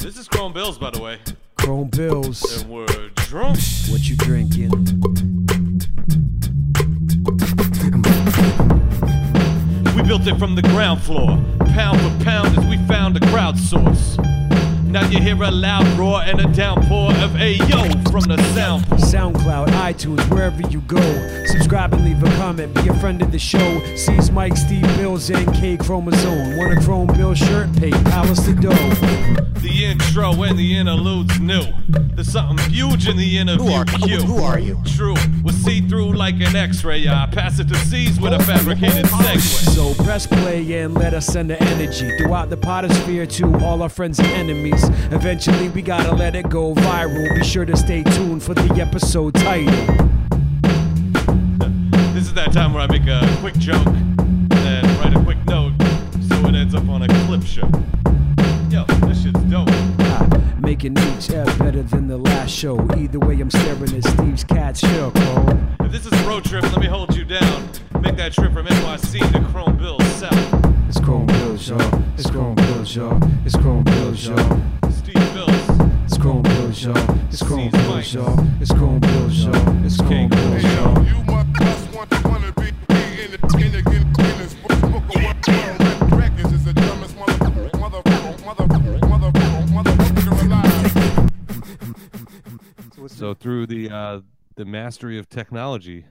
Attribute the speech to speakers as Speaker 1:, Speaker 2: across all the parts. Speaker 1: This is Chrome Bills, by the way.
Speaker 2: Chrome Bills.
Speaker 1: And we're drunk.
Speaker 2: What you drinking?
Speaker 1: We built it from the ground floor. Pound for pound as we found a crowd source. Now you hear a loud roar and a downpour of Ayo from the sound. pool.
Speaker 2: SoundCloud, iTunes, wherever you go. Subscribe and leave a comment. Be a friend of the show. Seize Mike, Steve Bills, and K Chromosome. Want a Chrome Bill shirt? Pay Palace the dough.
Speaker 1: The intro and the interlude's new. There's something huge in the interview.
Speaker 3: Who are-
Speaker 1: queue.
Speaker 3: who are you?
Speaker 1: True. We're see through like an x ray. I pass it to C's with a fabricated segue.
Speaker 2: So press play and let us send the energy throughout the potosphere to all our friends and enemies. Eventually, we gotta let it go viral. Be sure to stay tuned for the episode title.
Speaker 1: This is that time where I make a quick joke and then write a quick note so it ends up on a clip show. Yo, this shit's dope.
Speaker 2: Ah, Making each F better than the last show. Either way, I'm staring at Steve's cat shook. Oh,
Speaker 1: If this is a road trip, let me hold you down. Make that trip from NYC to Croneville South.
Speaker 2: it's Chrome Bills, y'all. It's Chrome Bills, y'all. It's Chrome Bills, y'all.
Speaker 1: Steve Bills.
Speaker 2: It's Chrome Bills, y'all. It's Chrome
Speaker 1: Seize mics.
Speaker 2: Bills, y'all. It's Chrome Bills, y'all. It's Chrome
Speaker 1: King.
Speaker 2: Bills,
Speaker 4: Hey,
Speaker 2: y'all.
Speaker 4: yo, you must- must want to wanna be be in the in the Guinness Book Book of World World Records. It's the dumbest motherfucker, motherfucker, motherfucker, motherfucker, motherfucker alive.
Speaker 1: So through the uh, the mastery of technology,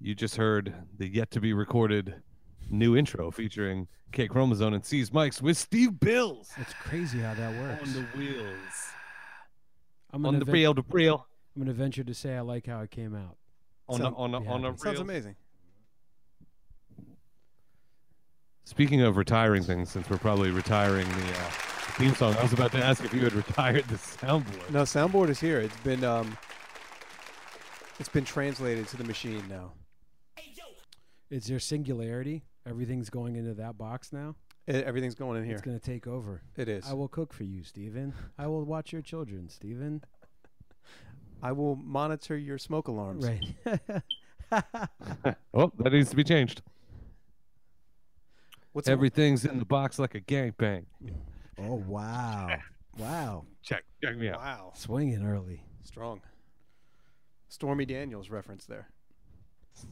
Speaker 1: you just heard the yet to be recorded new intro featuring K Chromosome and C's Mics with Steve Bills
Speaker 2: It's crazy how that works.
Speaker 1: wheels.
Speaker 2: I'm
Speaker 1: On
Speaker 2: gonna
Speaker 1: the
Speaker 2: ven-
Speaker 1: reel, the reel.
Speaker 2: I'm gonna venture to say I like how it came out.
Speaker 1: On the
Speaker 2: Some-
Speaker 1: on the
Speaker 2: yeah,
Speaker 1: on the
Speaker 2: it
Speaker 3: Sounds
Speaker 1: reel.
Speaker 3: amazing.
Speaker 1: Speaking of retiring things, since we're probably retiring the uh, theme song, I was about to ask if you had retired the soundboard.
Speaker 3: No, soundboard is here. It's been um, it's been translated to the machine now.
Speaker 2: Is there singularity? Everything's going into that box now.
Speaker 3: E- everything's going in here.
Speaker 2: It's gonna take over.
Speaker 3: It is.
Speaker 2: I will cook for you, Steven. I will watch your children, Steven.
Speaker 3: I will monitor your smoke alarms.
Speaker 2: Right.
Speaker 1: Oh, that needs to be changed.
Speaker 3: What's the-
Speaker 1: Everything's in the box like a gangbang.
Speaker 2: oh wow, wow,
Speaker 1: Check, check me out.
Speaker 3: Wow,
Speaker 2: swinging early.
Speaker 3: strong. Stormy Daniels reference there.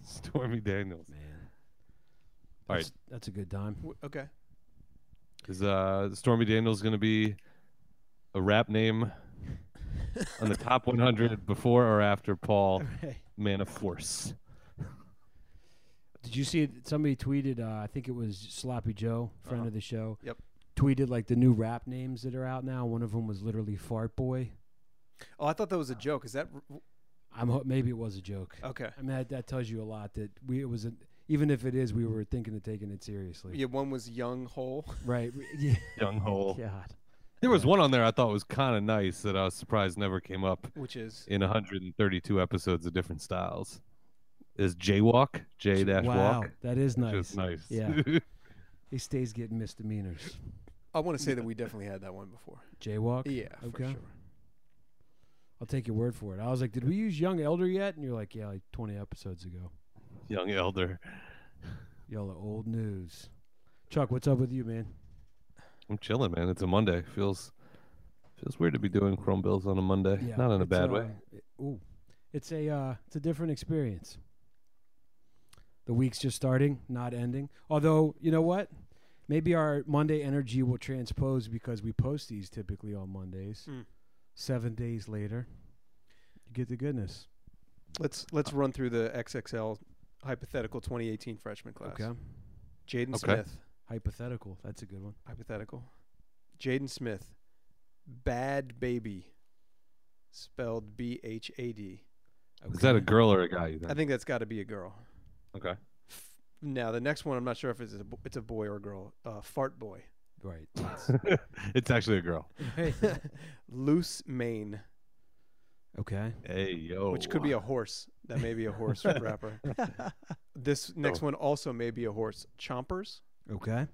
Speaker 1: Stormy Daniels.
Speaker 2: Man,
Speaker 1: All right,
Speaker 2: that's, that's a good time.
Speaker 3: W- okay.
Speaker 1: is uh, Stormy Daniels going to be a rap name on the top 100 before or after Paul Man of Force?
Speaker 2: Did you see it? somebody tweeted? Uh, I think it was Sloppy Joe, friend
Speaker 1: Uh-huh.
Speaker 2: of the show.
Speaker 3: Yep.
Speaker 2: Tweeted like the new rap names that are out now. One of them was literally Fart Boy.
Speaker 3: Oh, I thought that was a joke. Is that r-
Speaker 2: I'm ho- maybe it was a joke.
Speaker 3: okay?
Speaker 2: I mean that, that tells you a lot that we it was a, even if it is we were thinking of taking it seriously.
Speaker 3: Yeah, one was young hole.
Speaker 2: Right. we- Yeah.
Speaker 1: Young Hole.
Speaker 2: God.
Speaker 1: There was one on there I thought was kind of nice that I was surprised never came up
Speaker 3: which is
Speaker 1: in 132 episodes of different styles. Is Jaywalk? J dash
Speaker 2: wow,
Speaker 1: walk.
Speaker 2: that is nice.
Speaker 1: Just nice.
Speaker 2: Yeah. He stays getting misdemeanors.
Speaker 3: I want to say that we definitely had that one before.
Speaker 2: Jaywalk.
Speaker 3: Yeah, for
Speaker 2: Okay.
Speaker 3: sure.
Speaker 2: I'll take your word for it. I was like, did we use Young Elder yet? And you're like, yeah, like 20 episodes ago.
Speaker 1: Young Elder.
Speaker 2: Y'all are old news. Chuck, what's up with you, man?
Speaker 1: I'm chilling, man. It's a Monday. Feels feels weird to be doing Chrome Bills on a Monday.
Speaker 2: Yeah,
Speaker 1: Not in a
Speaker 2: it's,
Speaker 1: bad way.
Speaker 2: uh, it- ooh, it's a uh, it's a different experience. The week's just starting, not ending. Although you know what, maybe our Monday energy will transpose because we post these typically on Mondays.
Speaker 3: Mm.
Speaker 2: Seven days later, you get the goodness.
Speaker 3: Let's let's run through the XXL hypothetical 2018 freshman class.
Speaker 2: Okay,
Speaker 3: Jaden
Speaker 1: Okay.
Speaker 3: Smith,
Speaker 2: hypothetical. That's a good one.
Speaker 3: hypothetical. Jaden Smith, bad baby, spelled B H A D.
Speaker 1: Is that a girl or a guy? You think?
Speaker 3: I think that's got to be a girl.
Speaker 1: okay.
Speaker 3: F- Now the next one, I'm not sure if it's a, bo- it's a boy or a girl. Uh, fart boy,
Speaker 2: right?
Speaker 1: it's actually a girl.
Speaker 2: that's-
Speaker 3: loose mane,
Speaker 2: okay.
Speaker 1: Hey yo.
Speaker 3: which could be a horse. That may be a horse rapper. This
Speaker 1: Oh.
Speaker 3: next one also may be a horse. Chompers,
Speaker 2: Okay.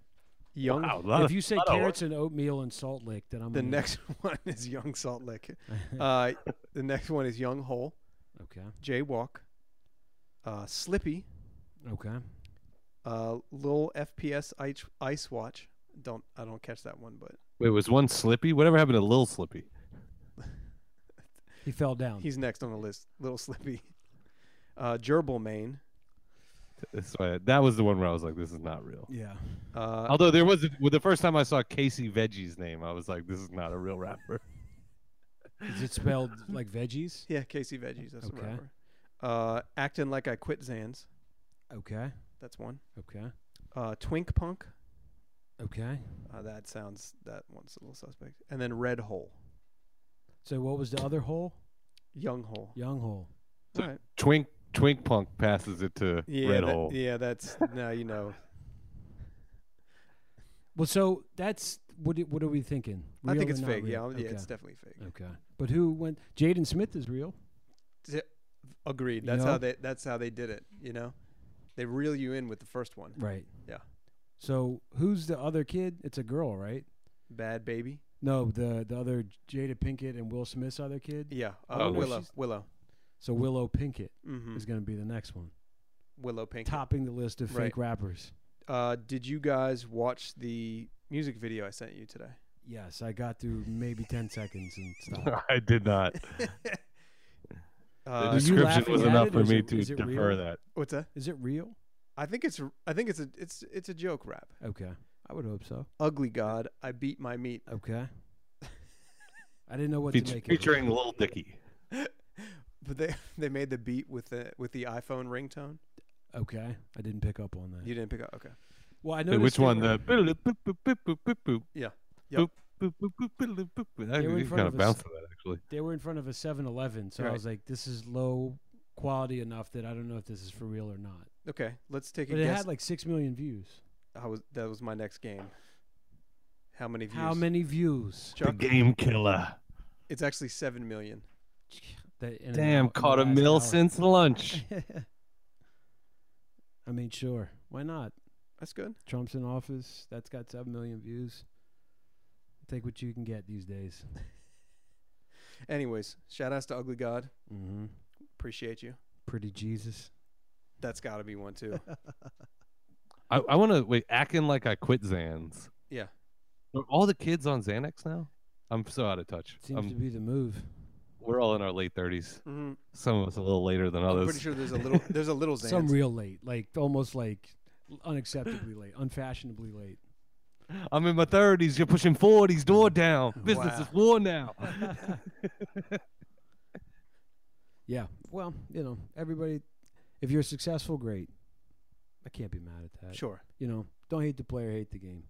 Speaker 3: young
Speaker 1: Wow, a lot
Speaker 2: if
Speaker 1: of-
Speaker 2: you say
Speaker 1: lot of
Speaker 2: carrots and oatmeal and Salt Lake, then I'm
Speaker 3: The
Speaker 2: gonna-
Speaker 3: next one is Young Salt Lick. Uh, the next one is Young Hole,
Speaker 2: okay.
Speaker 3: Jaywalk, uh, Slippy,
Speaker 2: Okay.
Speaker 3: uh, Lil FPS Ice, Ice Watch. Don't I don't catch that one, but
Speaker 1: Wait, was one Slippy? Whatever happened to Lil Slippy?
Speaker 2: He fell down.
Speaker 3: He's next on the list. Little Slippy. Uh, Gerbil Mane.
Speaker 1: That's why that was the one where I was like, this is not real.
Speaker 2: yeah.
Speaker 3: Uh,
Speaker 1: Although there was well, the first time I saw Casey Veggie's name, I was like, this is not a real rapper.
Speaker 2: Is it spelled like veggies?
Speaker 3: yeah, Casey Veggies. That's
Speaker 2: Okay.
Speaker 3: a rapper. Uh, Acting Like I Quit Zans.
Speaker 2: Okay.
Speaker 3: That's one.
Speaker 2: Okay.
Speaker 3: Uh, Twink Punk.
Speaker 2: Okay.
Speaker 3: Uh, that sounds, that one's a little suspect. And then Red Hole.
Speaker 2: So what was the other hole?
Speaker 3: Young Hole.
Speaker 2: Young hole.
Speaker 3: All right.
Speaker 1: Twink Twink Punk passes it to
Speaker 3: Yeah,
Speaker 1: Red
Speaker 3: that-
Speaker 1: Hole.
Speaker 3: yeah, that's, now you know.
Speaker 2: Well, so that's what. do- What are we thinking?
Speaker 3: I think
Speaker 2: Real
Speaker 3: it's
Speaker 2: or not
Speaker 3: fake. Yeah,
Speaker 2: real?
Speaker 3: I'll- yeah, it's definitely fake.
Speaker 2: Okay. But who went? Jaden Smith is real.
Speaker 3: Z- Agreed.
Speaker 2: You
Speaker 3: That's
Speaker 2: know?
Speaker 3: how they. That's how they did it. You know, they reel you in with the first one.
Speaker 2: Right.
Speaker 3: Yeah.
Speaker 2: So who's the other kid? It's a girl, right?
Speaker 3: Bad baby.
Speaker 2: No, the the other Jada Pinkett and Will Smith's other kid.
Speaker 3: Yeah. Uh,
Speaker 1: Oh,
Speaker 3: Willow.
Speaker 2: she's-
Speaker 3: Willow.
Speaker 2: So Willow Pinkett
Speaker 3: Mm-hmm.
Speaker 2: is going to be the next one,
Speaker 3: Willow Pink.
Speaker 2: topping the list of
Speaker 3: Right.
Speaker 2: fake rappers.
Speaker 3: Uh, did you guys watch the music video I sent you today?
Speaker 2: Yes, I got through maybe ten seconds and stopped.
Speaker 1: I did not. The
Speaker 3: Uh,
Speaker 2: Were you
Speaker 1: description
Speaker 2: laughing
Speaker 1: was
Speaker 2: at
Speaker 1: enough
Speaker 2: it,
Speaker 1: for
Speaker 2: or is
Speaker 1: me
Speaker 2: it-
Speaker 1: to
Speaker 2: is it
Speaker 1: defer
Speaker 2: real?
Speaker 1: that.
Speaker 3: what's that?
Speaker 2: Is it real?
Speaker 3: I think it's. I think it's a. It's. It's a joke rap.
Speaker 2: Okay. I would hope so.
Speaker 3: Ugly God, I beat my meat. Uh,
Speaker 2: Okay. I didn't know what to
Speaker 1: Feature,
Speaker 2: make of it.
Speaker 1: featuring Lil Dicky.
Speaker 3: But they they made the beat with the with the iPhone ringtone.
Speaker 2: Okay, I didn't pick up on that.
Speaker 3: You didn't pick up. Okay.
Speaker 2: well, I
Speaker 1: Wait,
Speaker 2: noticed
Speaker 1: Which
Speaker 2: they
Speaker 1: one?
Speaker 2: were-
Speaker 1: The boop, boop, boop, boop, boop, boop, boop.
Speaker 3: Yeah. Yep.
Speaker 1: Boop, boop, boop, boop, boop, boop, boop. That-
Speaker 2: They were in
Speaker 1: You
Speaker 2: front
Speaker 1: kind
Speaker 2: of
Speaker 1: of
Speaker 2: us.
Speaker 1: bounced to that actually.
Speaker 2: they were in front of a 7-Eleven, so I
Speaker 3: Right.
Speaker 2: was like, this is low quality enough that I don't know if this is for real or not.
Speaker 3: Okay. Let's take
Speaker 2: But
Speaker 3: a
Speaker 2: it
Speaker 3: guess.
Speaker 2: had like six million views.
Speaker 3: I was that was my next game. How many views?
Speaker 2: How many views?
Speaker 1: The
Speaker 3: Chuck,
Speaker 1: Game Killer.
Speaker 3: it's actually seven million.
Speaker 2: That in an hour-
Speaker 1: Damn,
Speaker 2: in the
Speaker 1: caught a
Speaker 2: last
Speaker 1: mill
Speaker 2: hour.
Speaker 1: since lunch.
Speaker 2: I mean, sure, why not?
Speaker 3: That's good.
Speaker 2: Trump's in office. That's got seven million views. Take what you can get these days.
Speaker 3: Anyways, shout outs to Ugly God.
Speaker 2: Mm-hmm.
Speaker 3: Appreciate you.
Speaker 2: Pretty Jesus.
Speaker 3: That's got to be one too.
Speaker 1: I, I want to wait. Acting like I quit Zans.
Speaker 3: Yeah.
Speaker 1: Are all the kids on Xanax now? I'm so out of touch.
Speaker 2: Seems
Speaker 1: I'm-
Speaker 2: to be the move.
Speaker 1: we're all in our late 30s.
Speaker 3: hmm
Speaker 1: Some of us a little later than
Speaker 3: I'm
Speaker 1: others.
Speaker 3: pretty sure there's a little there's a little Xans.
Speaker 2: Some real late, like almost like unacceptably late, unfashionably late.
Speaker 1: I'm in my 30s. You're pushing 40s. Door down. Business
Speaker 3: Wow.
Speaker 1: is war now.
Speaker 2: Yeah. Well, you know, everybody, if you're successful, great. I can't be mad at that.
Speaker 3: sure.
Speaker 2: You know, don't hate the player, hate the game.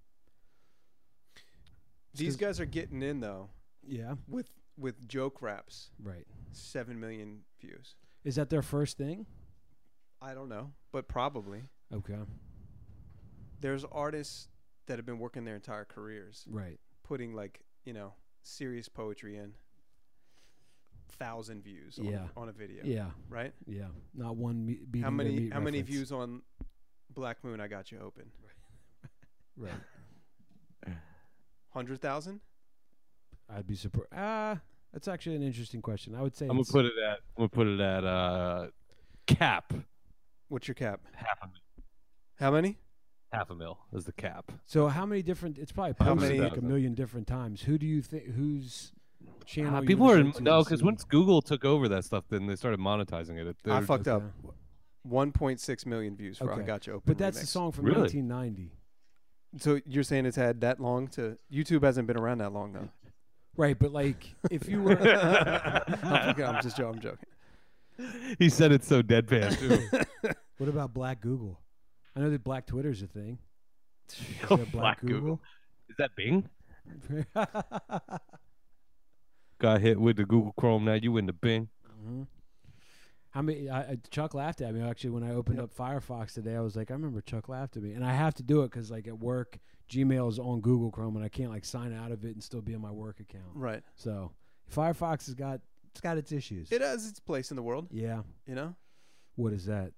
Speaker 2: 'cause-
Speaker 3: These guys are getting in though
Speaker 2: Yeah.
Speaker 3: with with joke raps.
Speaker 2: Right.
Speaker 3: Seven million views.
Speaker 2: Is that their first thing?
Speaker 3: I don't know, but probably
Speaker 2: Okay.
Speaker 3: there's artists that have been working their entire careers
Speaker 2: Right.
Speaker 3: putting like you know serious poetry in. Thousand views on,
Speaker 2: Yeah.
Speaker 3: on a video,
Speaker 2: Yeah.
Speaker 3: right?
Speaker 2: Yeah. Not one me- beating
Speaker 3: how
Speaker 2: their
Speaker 3: many
Speaker 2: meat
Speaker 3: how many
Speaker 2: reference.
Speaker 3: views on Black Moon I got you open?
Speaker 2: Right.
Speaker 3: Hundred thousand?
Speaker 2: I'd be surprised. Ah, that's actually an interesting question. I would say
Speaker 1: I'm gonna
Speaker 2: it's-
Speaker 1: put it at. I'm gonna put it at uh, cap.
Speaker 3: What's your cap?
Speaker 1: Half a mil.
Speaker 3: How many?
Speaker 1: Half a mil is the cap.
Speaker 2: So how many different? It's probably
Speaker 3: How
Speaker 2: posted
Speaker 3: many-
Speaker 2: like a million different times. Who do you think? Whose channel?
Speaker 1: Ah,
Speaker 2: you
Speaker 1: people are
Speaker 2: listen
Speaker 1: in,
Speaker 2: to
Speaker 1: no,
Speaker 2: to
Speaker 1: because
Speaker 2: see-
Speaker 1: once Google took over that stuff, then they started monetizing it. They
Speaker 3: I
Speaker 1: were
Speaker 3: fucked
Speaker 1: just-
Speaker 3: up.
Speaker 2: Okay.
Speaker 3: One point six million views for I
Speaker 2: Okay.
Speaker 3: Got You Open.
Speaker 2: But that's the
Speaker 3: remix.
Speaker 2: song from
Speaker 1: Really?
Speaker 2: 1990,
Speaker 3: So you're saying it's had that long to YouTube hasn't been around that long though.
Speaker 2: right? But like, if you were,
Speaker 3: I'm, fucking- I'm just joking. I'm joking.
Speaker 1: He said it's so deadpan too.
Speaker 2: what about Black Google? I know that Black Twitter's a thing. Is there a
Speaker 1: Black Google. is that Bing?
Speaker 2: Google? Mm-hmm.
Speaker 1: Got hit with the Google Chrome. Now you in the Bing.
Speaker 2: Mhm. How many? I, I, Chuck laughed at me actually when I opened up Firefox today. I was like, I remember Chuck laughed at me, and I have to do it because like at work, Gmail is on Google Chrome, and I can't like sign out of it and still be in my work account.
Speaker 3: Right.
Speaker 2: So Firefox has got it's got its issues.
Speaker 3: It has its place in the world,
Speaker 2: yeah.
Speaker 3: you know?
Speaker 2: What is that?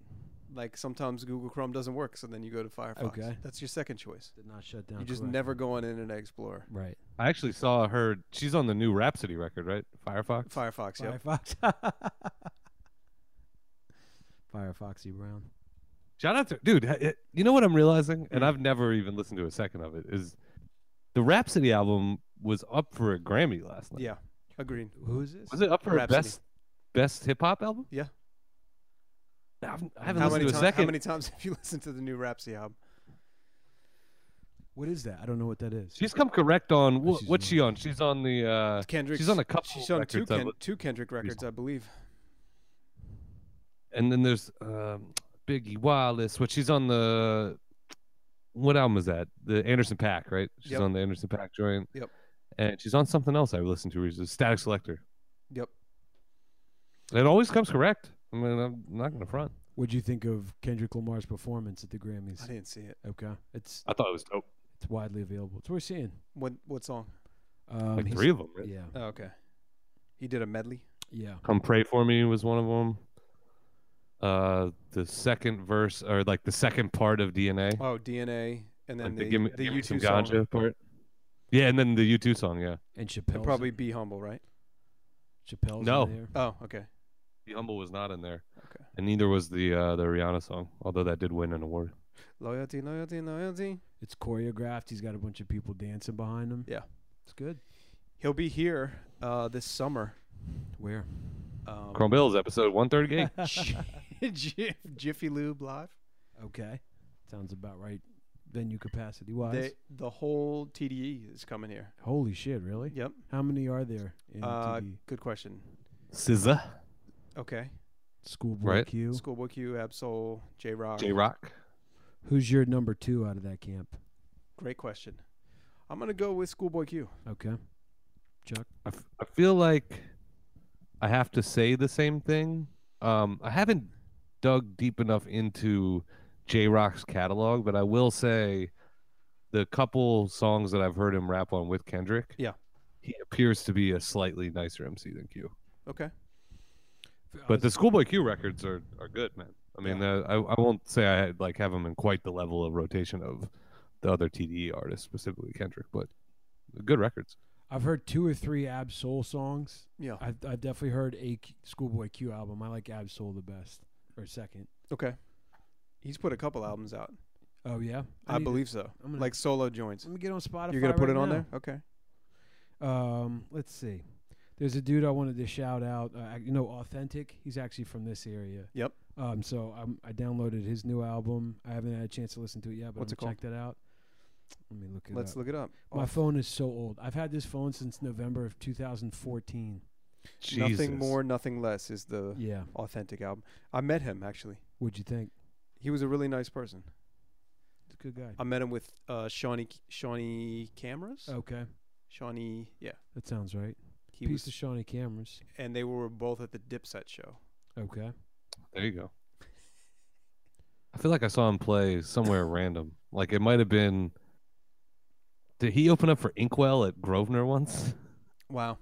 Speaker 3: Like sometimes Google Chrome doesn't work, so then you go to Firefox.
Speaker 2: Okay.
Speaker 3: That's your second choice.
Speaker 2: Did not shut
Speaker 1: Oh,
Speaker 2: down.
Speaker 3: you just
Speaker 2: correctly.
Speaker 3: never go on Internet Explorer.
Speaker 2: Right.
Speaker 1: I actually saw her. She's on the new Rhapsody record, right? Firefox.
Speaker 3: Firefox, yeah.
Speaker 2: Firefox. Firefoxy Brown.
Speaker 1: Shout out to dude. ha- it- You know what I'm realizing, and I've never even listened to a second of it. Is The Rhapsody album was up for a Grammy last night.
Speaker 3: Yeah, agreed.
Speaker 2: Who's this?
Speaker 1: Was it up for a
Speaker 3: Rhapsody.
Speaker 1: best best hip hop album?
Speaker 3: Yeah.
Speaker 1: I haven't, I haven't
Speaker 3: how
Speaker 1: listened
Speaker 3: many
Speaker 1: to a
Speaker 3: times?
Speaker 1: second.
Speaker 3: How many times have you listened to the new Rhapsody album?
Speaker 2: What is that? I don't know what that is.
Speaker 1: She's come correct on what,
Speaker 2: she's
Speaker 1: what's
Speaker 2: on-
Speaker 1: she on? She's on the uh
Speaker 3: Kendrick.
Speaker 1: she's on a couple
Speaker 3: She's on two,
Speaker 1: records, I
Speaker 3: Ken-
Speaker 1: believe.
Speaker 3: two Kendrick records, I believe.
Speaker 1: and then there's um Biggie Wallace, which she's on the what album is that? The Anderson Pack, right? She's
Speaker 3: Yep.
Speaker 1: on the Anderson Pack joint.
Speaker 3: Yep.
Speaker 1: And she's on something else I listened to recently, Static Selector.
Speaker 3: Yep.
Speaker 1: It always comes correct. I mean, I'm not gonna front.
Speaker 2: What'd you think of Kendrick Lamar's performance at the
Speaker 3: I
Speaker 2: Grammys?
Speaker 3: didn't see it.
Speaker 2: Okay, it's
Speaker 1: I thought it was dope.
Speaker 2: it's widely available. It's worth seeing.
Speaker 3: What what song?
Speaker 2: Um,
Speaker 1: Like
Speaker 2: he's-
Speaker 1: three of them. Right?
Speaker 2: Yeah,
Speaker 3: Oh, okay. He did a medley.
Speaker 2: yeah.
Speaker 1: Come pray for me was one of them. Uh, the second verse or like the second part of DNA,
Speaker 3: Oh, DNA, and then
Speaker 1: like
Speaker 3: the,
Speaker 1: the, give me,
Speaker 3: the
Speaker 1: give me some
Speaker 3: U2
Speaker 1: ganja
Speaker 3: song.
Speaker 1: part. Yeah, and then the U2 song. Yeah,
Speaker 2: And
Speaker 3: And
Speaker 2: Chappelle.
Speaker 3: probably be humble, right?
Speaker 2: Chappelle's
Speaker 1: No.
Speaker 2: in there.
Speaker 3: Oh, okay.
Speaker 1: the humble was not in there,
Speaker 3: Okay.
Speaker 1: and neither was the uh, the Rihanna song, although that did win an award.
Speaker 3: Loyalty, loyalty, loyalty.
Speaker 2: It's choreographed. He's got a bunch of people dancing behind him.
Speaker 3: Yeah.
Speaker 2: it's good.
Speaker 3: He'll be here uh, this summer.
Speaker 2: Where?
Speaker 3: Um,
Speaker 1: Chrome Bills episode one thirty eight.
Speaker 3: Jif- Jiffy Lube live.
Speaker 2: Okay, sounds about right. Venue capacity wise.
Speaker 3: They, the whole TDE is coming here.
Speaker 2: Holy shit! Really?
Speaker 3: Yep.
Speaker 2: How many are there in
Speaker 3: Uh,
Speaker 2: TV?
Speaker 3: good question.
Speaker 1: SZA,
Speaker 3: Okay.
Speaker 2: Schoolboy
Speaker 1: right.
Speaker 2: Q.
Speaker 3: Schoolboy Q, Absol, J Rock.
Speaker 1: J Rock.
Speaker 2: Who's your number two out of that camp?
Speaker 3: Great question. I'm gonna go with Schoolboy Q.
Speaker 2: Okay. Chuck.
Speaker 1: I, f- I feel like I have to say the same thing. Um, I haven't dug deep enough into J Rock's catalog, but I will say the couple songs that I've heard him rap on with Kendrick,
Speaker 3: Yeah.
Speaker 1: he appears to be a slightly nicer MC than Q.
Speaker 3: Okay.
Speaker 1: But the Schoolboy Q records are, are good, man. I mean, uh, I, I won't say I had, like have him in quite the level of rotation of the other TDE artists, specifically Kendrick, but good records.
Speaker 2: I've heard two or three Ab Soul songs.
Speaker 3: Yeah.
Speaker 2: I've, I've definitely heard a Q- Schoolboy Q album. I like Ab Soul the best, or second.
Speaker 3: Okay. He's put a couple albums out.
Speaker 2: Oh yeah,
Speaker 3: I,
Speaker 2: need to-
Speaker 3: believe so.
Speaker 2: I'm gonna-
Speaker 3: Like solo joints.
Speaker 2: Let me get on Spotify.
Speaker 3: You're gonna put
Speaker 2: right
Speaker 3: it on
Speaker 2: now.
Speaker 3: there? Okay.
Speaker 2: Um, let's see. There's a dude I wanted to shout out. Uh, ac- you know, authentic. He's actually from this area.
Speaker 3: Yep.
Speaker 2: Um, so I'm, I downloaded his new album. I haven't had a chance to listen to it yet, but
Speaker 3: What's
Speaker 2: I'm
Speaker 3: it called?
Speaker 2: gonna check that out. Let me look it
Speaker 3: Let's
Speaker 2: up.
Speaker 3: look it up.
Speaker 2: My phone is so old. I've had this phone since November of 2014.
Speaker 1: Jesus.
Speaker 3: Nothing more, nothing less is the
Speaker 2: Yeah.
Speaker 3: authentic album. I met him actually.
Speaker 2: What'd you think?
Speaker 3: He was a really nice person.
Speaker 2: He's a good guy.
Speaker 3: I met him with uh, Shawnee Shawnee cameras.
Speaker 2: okay.
Speaker 3: Shawnee, yeah.
Speaker 2: That sounds right.
Speaker 3: He
Speaker 2: Piece
Speaker 3: was,
Speaker 2: of Shawnee cameras.
Speaker 3: and they were both at the Dipset show.
Speaker 2: Okay.
Speaker 1: There you go. I feel like I saw him play somewhere random. Like it might have been. Did he open up for Inkwell at Grosvenor once?
Speaker 3: Wow.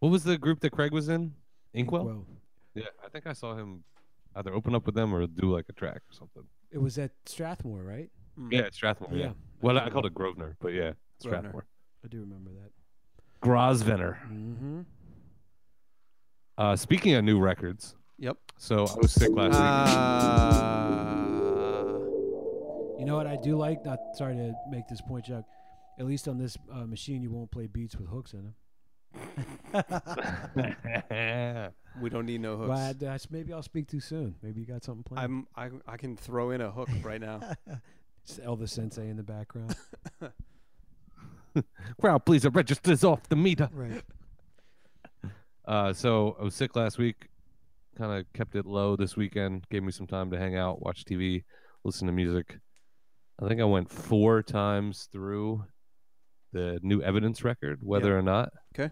Speaker 1: What was the group that Craig was in? Inkwell?
Speaker 2: Well,
Speaker 1: Yeah, I think I saw him either open up with them or do like a track or something.
Speaker 2: it was at Strathmore, right?
Speaker 3: Mm.
Speaker 1: Yeah, it's Strathmore. Yeah. Well, I called it Grosvenor, but yeah, it's
Speaker 3: Grosvenor.
Speaker 1: Strathmore.
Speaker 2: I do remember that.
Speaker 1: Grosvenor.
Speaker 2: Mm-hmm.
Speaker 1: Uh, speaking of new records,
Speaker 3: Yep.
Speaker 1: so I was sick last week.
Speaker 3: Uh,
Speaker 2: You know what I do like? Not sorry to make this point, Chuck. At least on this uh, machine, you won't play beats with hooks in them.
Speaker 3: we don't need no hooks.
Speaker 2: Well, I- that's- maybe I'll speak too soon. Maybe you got something planned.
Speaker 3: I'm I, I can throw in a hook right now.
Speaker 2: It's Elvis Sensei in the background.
Speaker 1: Crowd pleaser registers off the meter.
Speaker 2: right.
Speaker 1: Uh, so I was sick last week. Kind of kept it low this weekend. Gave me some time to hang out, watch TV, listen to music. I think I went four times through the new evidence record, whether or not.
Speaker 3: 'Kay.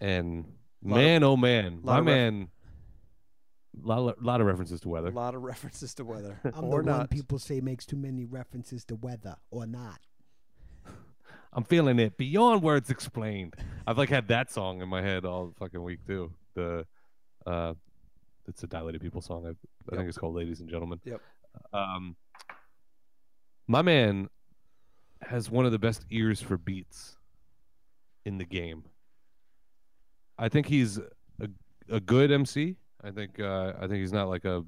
Speaker 1: And
Speaker 3: Lot of-
Speaker 1: man, oh man,
Speaker 3: lot
Speaker 1: my
Speaker 3: of ref-
Speaker 1: man, lot, lot of references to
Speaker 3: a
Speaker 1: weather.
Speaker 3: lot of references to weather.
Speaker 5: I'm
Speaker 3: or
Speaker 5: the one
Speaker 3: not.
Speaker 5: people say makes too many references to weather or not.
Speaker 1: I'm feeling it beyond words explained. I've like had that song in my head all fucking week too. The uh it's a dilated people song. I, I think it's called Ladies and Gentlemen.
Speaker 3: Yep.
Speaker 1: Um my man has one of the best ears for beats in the game. I think he's a, a good MC. I think uh I think he's not like a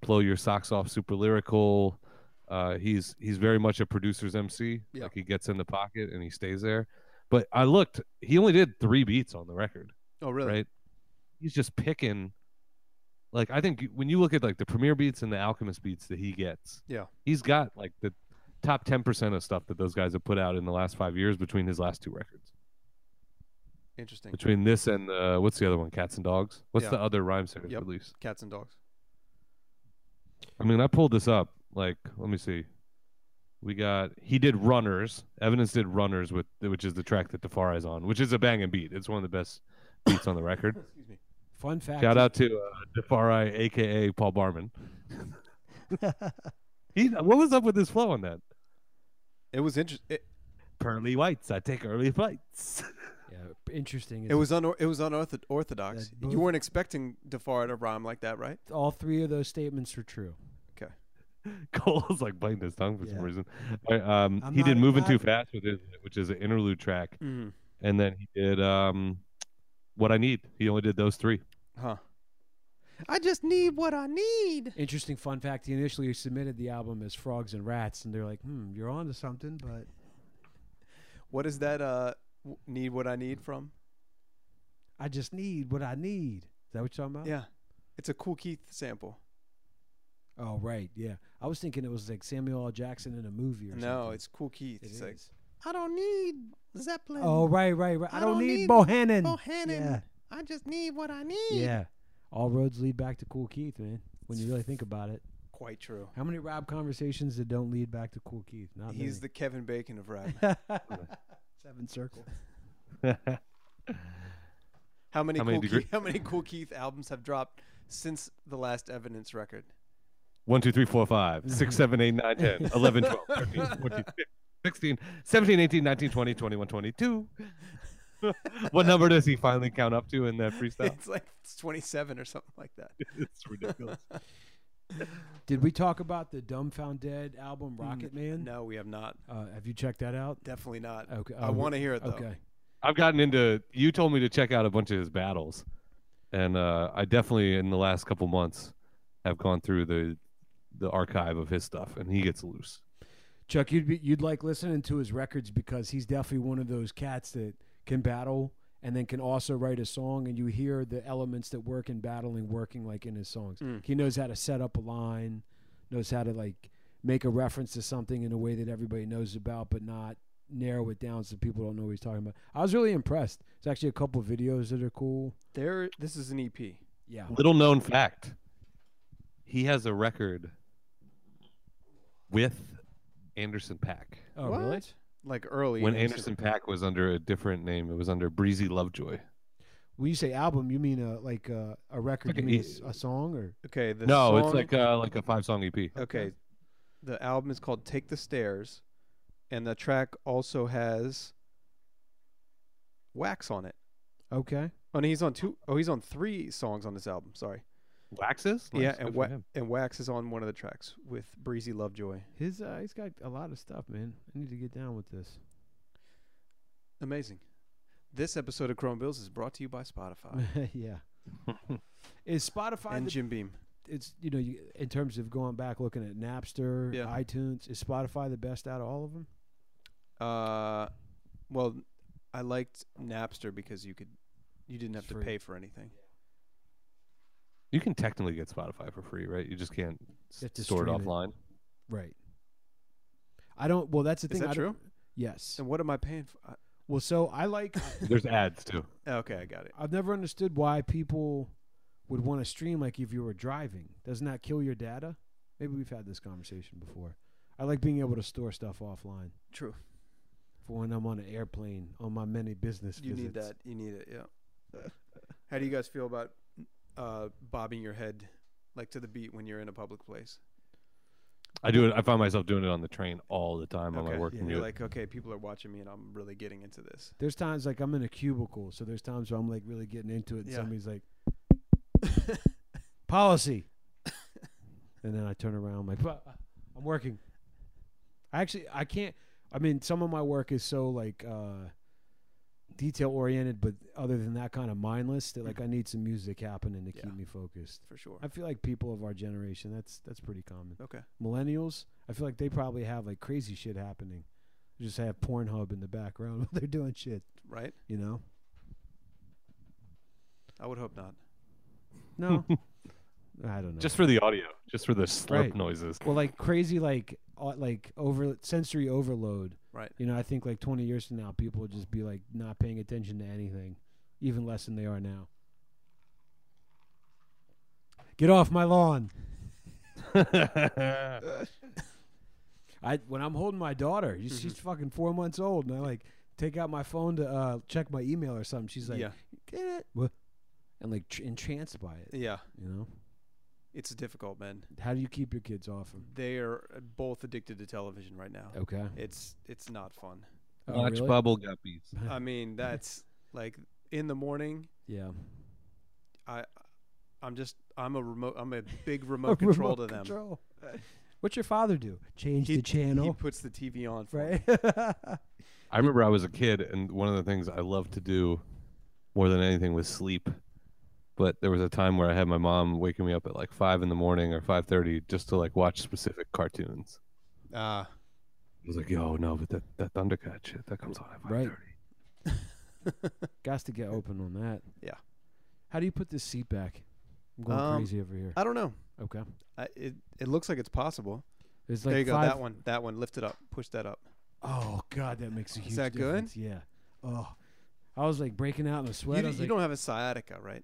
Speaker 1: blow your socks off super lyrical Uh, he's he's very much a producer's MC.
Speaker 3: Yeah.
Speaker 1: Like he gets in the pocket and he stays there. But I looked, he only did three beats on the record,
Speaker 3: Oh, really?
Speaker 1: right? He's just picking. Like I think when you look at like the premiere beats and the Alchemist beats that he gets,
Speaker 3: Yeah.
Speaker 1: he's got like the top ten percent of stuff that those guys have put out in the last five years between his last two records.
Speaker 3: Interesting.
Speaker 1: Between this and uh, what's the other one? Cats and Dogs. What's
Speaker 3: Yeah.
Speaker 1: the other rhyme series
Speaker 3: Yep.
Speaker 1: release?
Speaker 3: Cats and dogs.
Speaker 1: I mean, I pulled this up. Like, let me see. We got he did runners. Evidence did runners with which is the track that Defar is on, which is a banging beat. It's one of the best beats on the record.
Speaker 3: Excuse me.
Speaker 2: Fun fact.
Speaker 1: Shout out to uh, Defari, aka Paul Barman. he, what was up with his flow on that?
Speaker 3: It was interesting. It,
Speaker 1: Pearly whites, I take early flights.
Speaker 2: Yeah, interesting.
Speaker 3: it was un- it was unorthodox.
Speaker 2: That
Speaker 3: you
Speaker 2: both-
Speaker 3: weren't expecting Defar to rhyme like that, right?
Speaker 2: all three of those statements were true.
Speaker 1: Cole's like biting his tongue for some
Speaker 6: Yeah.
Speaker 1: reason. All right, um,
Speaker 6: I'm
Speaker 1: he did
Speaker 6: not-
Speaker 1: moving too
Speaker 6: not-
Speaker 1: fast with it, which is an interlude track,
Speaker 3: Mm.
Speaker 1: and then he did um, what I need. He only did those three.
Speaker 3: Huh. I just need what I need.
Speaker 2: Interesting fun fact. He initially submitted the album as Frogs and Rats, and they're like, "Hmm, you're on to something." But
Speaker 3: What is that? Uh, w- need what I need from?
Speaker 2: I just need what I need. Is that what you're talking about?
Speaker 3: Yeah, it's a Cool Keith sample.
Speaker 2: Oh, right. Yeah. I was thinking it was like Samuel L. Jackson in a movie or
Speaker 3: No,
Speaker 2: something.
Speaker 3: it's Cool Keith.
Speaker 2: It
Speaker 3: it's like
Speaker 2: is.
Speaker 3: I don't need Zeppelin.
Speaker 2: Oh, right, right, right. I,
Speaker 3: I
Speaker 2: don't,
Speaker 3: don't
Speaker 2: need,
Speaker 3: need
Speaker 2: Bohannon.
Speaker 3: Bohannon.
Speaker 2: Yeah.
Speaker 3: I just need what I need.
Speaker 2: Yeah. All roads lead back to Cool Keith, man. When you really think about it,
Speaker 3: quite true.
Speaker 2: how many rap conversations that don't lead back to Cool Keith? Not
Speaker 3: He's
Speaker 2: many.
Speaker 3: the Kevin Bacon of rap.
Speaker 6: Seven circle.
Speaker 3: How many,
Speaker 1: How many
Speaker 3: cool
Speaker 1: degree-
Speaker 3: Keith, how many cool Keith albums have dropped since the last Evidence record?
Speaker 1: One, two, three, four, five, six, seven, eight, nine, 10, 11, 12, 13, 14, 15, 16, 17, 18, 19, 20, 21, 22. what number does he finally count up to in that freestyle?
Speaker 3: It's like it's 27 or something like that.
Speaker 1: it's ridiculous.
Speaker 2: Did we talk about the Dumbfound Dead album, Rocket Man?
Speaker 3: No, we have not.
Speaker 2: Uh, have you checked that out?
Speaker 3: Definitely not.
Speaker 2: Okay.
Speaker 3: I
Speaker 2: oh,
Speaker 3: want to hear it though.
Speaker 2: Okay.
Speaker 1: I've gotten into, you told me to check out a bunch of his battles. And uh, I definitely, in the last couple months, have gone through the the archive of his stuff, and he gets loose.
Speaker 2: Chuck, you'd be you'd like listening to his records because he's definitely one of those cats that can battle and then can also write a song and you hear the elements that work in battling working like in his songs.
Speaker 3: Mm.
Speaker 2: He knows how to set up a line, knows how to like make a reference to something in a way that everybody knows about but not narrow it down so people don't know what he's talking about. I was really impressed. There's actually a couple videos that are cool.
Speaker 3: There this is an E EP.
Speaker 2: Yeah.
Speaker 1: Little known fact. He has a record with Anderson Pack.
Speaker 2: Oh,
Speaker 3: What?
Speaker 2: really?
Speaker 3: Like early
Speaker 1: When Anderson Pack was under a different name, it was under Breezy Lovejoy.
Speaker 2: When you say album, you mean a like a, a record,
Speaker 1: Like
Speaker 2: you
Speaker 1: a-
Speaker 2: mean a s- a, song or
Speaker 3: Okay, the
Speaker 1: no, it's
Speaker 3: song-
Speaker 1: like uh, like a five song EP.
Speaker 3: Okay. The album is called Take the Stairs and the track also has Wax on it.
Speaker 2: Okay.
Speaker 3: Oh, no, he's on two oh he's on 3 songs on this album, sorry.
Speaker 1: Waxes?
Speaker 3: yeah,
Speaker 1: Nice, good
Speaker 3: and,
Speaker 1: for
Speaker 3: Wa-
Speaker 1: him.
Speaker 3: and Wax is on one of the tracks with Breezy Lovejoy.
Speaker 2: His uh, he's got a lot of stuff, man. I need to get down with this.
Speaker 3: Amazing. This episode of Chrome Bills is brought to you by Spotify
Speaker 2: yeah. Is Spotify
Speaker 3: and
Speaker 2: the,
Speaker 3: Jim Beam.
Speaker 2: it's you know you, in terms of going back looking at Napster,
Speaker 3: Yeah.
Speaker 2: iTunes, is Spotify the best out of all of them?
Speaker 3: Uh, well, I liked Napster because you could, you didn't have to
Speaker 2: free.
Speaker 3: pay for anything.
Speaker 1: You can technically get Spotify for free, right? You just can't s-
Speaker 2: have to
Speaker 1: store it
Speaker 2: stream it.
Speaker 1: offline.
Speaker 2: Right. I don't. Well, that's the
Speaker 3: Is
Speaker 2: thing.
Speaker 3: that
Speaker 2: I don't-
Speaker 3: true?
Speaker 2: Yes.
Speaker 3: And what am I paying uh, for? I-
Speaker 2: Well, so I like.
Speaker 1: There's ads too.
Speaker 3: Okay, I got it.
Speaker 2: I've never understood why people would want to stream like if you were driving. Doesn't that kill your data? Maybe we've had this conversation before. I like being able to store stuff offline
Speaker 3: True.
Speaker 2: for when I'm on an airplane on my many business
Speaker 3: You need
Speaker 2: visits.
Speaker 3: that. You need it. Yeah. How do you guys feel about uh, bobbing your head like to the beat when you're in a public place?
Speaker 1: I do it. I find myself doing it on the train all the time on my
Speaker 3: Okay,
Speaker 1: work
Speaker 2: yeah.
Speaker 1: commute.
Speaker 3: You're like, okay, people are watching me, and I'm really getting into this.
Speaker 2: There's times like I'm in a cubicle, so there's times where I'm like really getting into it, and
Speaker 3: Yeah.
Speaker 2: somebody's like, "Policy," and then I turn around, I'm like, "But I'm working." I actually I can't. I mean, some of my work is so like uh, detail oriented, but other than that, kind of mindless. That like I need some music happening to
Speaker 3: Yeah.
Speaker 2: keep me focused.
Speaker 3: for sure.
Speaker 2: I feel like people of our generation, that's that's pretty common.
Speaker 3: Okay.
Speaker 2: Millennials, I feel like they probably have like crazy shit happening. They just have Pornhub in the background while they're doing shit.
Speaker 3: Right?
Speaker 2: You know?
Speaker 3: I would hope not.
Speaker 2: No, I don't know.
Speaker 1: Just for the audio, just for the slurp
Speaker 2: Right.
Speaker 1: noises.
Speaker 2: well, like crazy, like uh, like over sensory overload.
Speaker 3: Right.
Speaker 2: You know, I think like 20 years from now, people will just be like not paying attention to anything, even less than they are now. Get off my lawn. I when I'm holding my daughter, she's, she's fucking four months old, and I like take out my phone to uh, check my email or something. She's like,
Speaker 3: yeah.
Speaker 2: "Get it," What? and like tr- entranced by it.
Speaker 3: Yeah.
Speaker 2: You know,
Speaker 3: It's difficult, man.
Speaker 2: how do you keep your kids off them?
Speaker 3: They are uh, both addicted to television right now.
Speaker 2: Okay,
Speaker 3: It's it's not fun.
Speaker 2: Oh,
Speaker 1: Watch
Speaker 2: really?
Speaker 1: bubble guppies.
Speaker 3: I mean, that's like in the morning.
Speaker 2: yeah,
Speaker 3: I, I'm just I'm a remote. I'm a big remote
Speaker 2: A
Speaker 3: control
Speaker 2: remote
Speaker 3: to them.
Speaker 2: control. What's your father do? Change
Speaker 3: He-
Speaker 2: the
Speaker 3: He
Speaker 2: channel,
Speaker 3: puts the TV on for me.
Speaker 2: right?
Speaker 1: I remember I was a kid, and one of the things I loved to do more than anything was sleep. But there was a time where I had my mom waking me up at like five in the morning or five thirty just to like watch specific cartoons. Uh,
Speaker 3: Ah,
Speaker 1: I was like, "Yo, no, but that that Thundercat shit that comes on at 5.30.
Speaker 2: Right. Got to get open on that.
Speaker 3: Yeah.
Speaker 2: How do you put this seat back? I'm going
Speaker 3: Um,
Speaker 2: crazy over here.
Speaker 3: I don't know.
Speaker 2: Okay.
Speaker 3: I, it it looks like it's possible.
Speaker 2: There's
Speaker 3: there you
Speaker 2: like
Speaker 3: go.
Speaker 2: five
Speaker 3: That one. That one. Lift it up. Push that up.
Speaker 2: Oh God, that makes a huge
Speaker 3: that good?
Speaker 2: difference. Yeah. Oh, I was like breaking out in a
Speaker 3: You,
Speaker 2: sweat. I
Speaker 3: d-
Speaker 2: was
Speaker 3: you
Speaker 2: like,
Speaker 3: don't have a sciatica, right?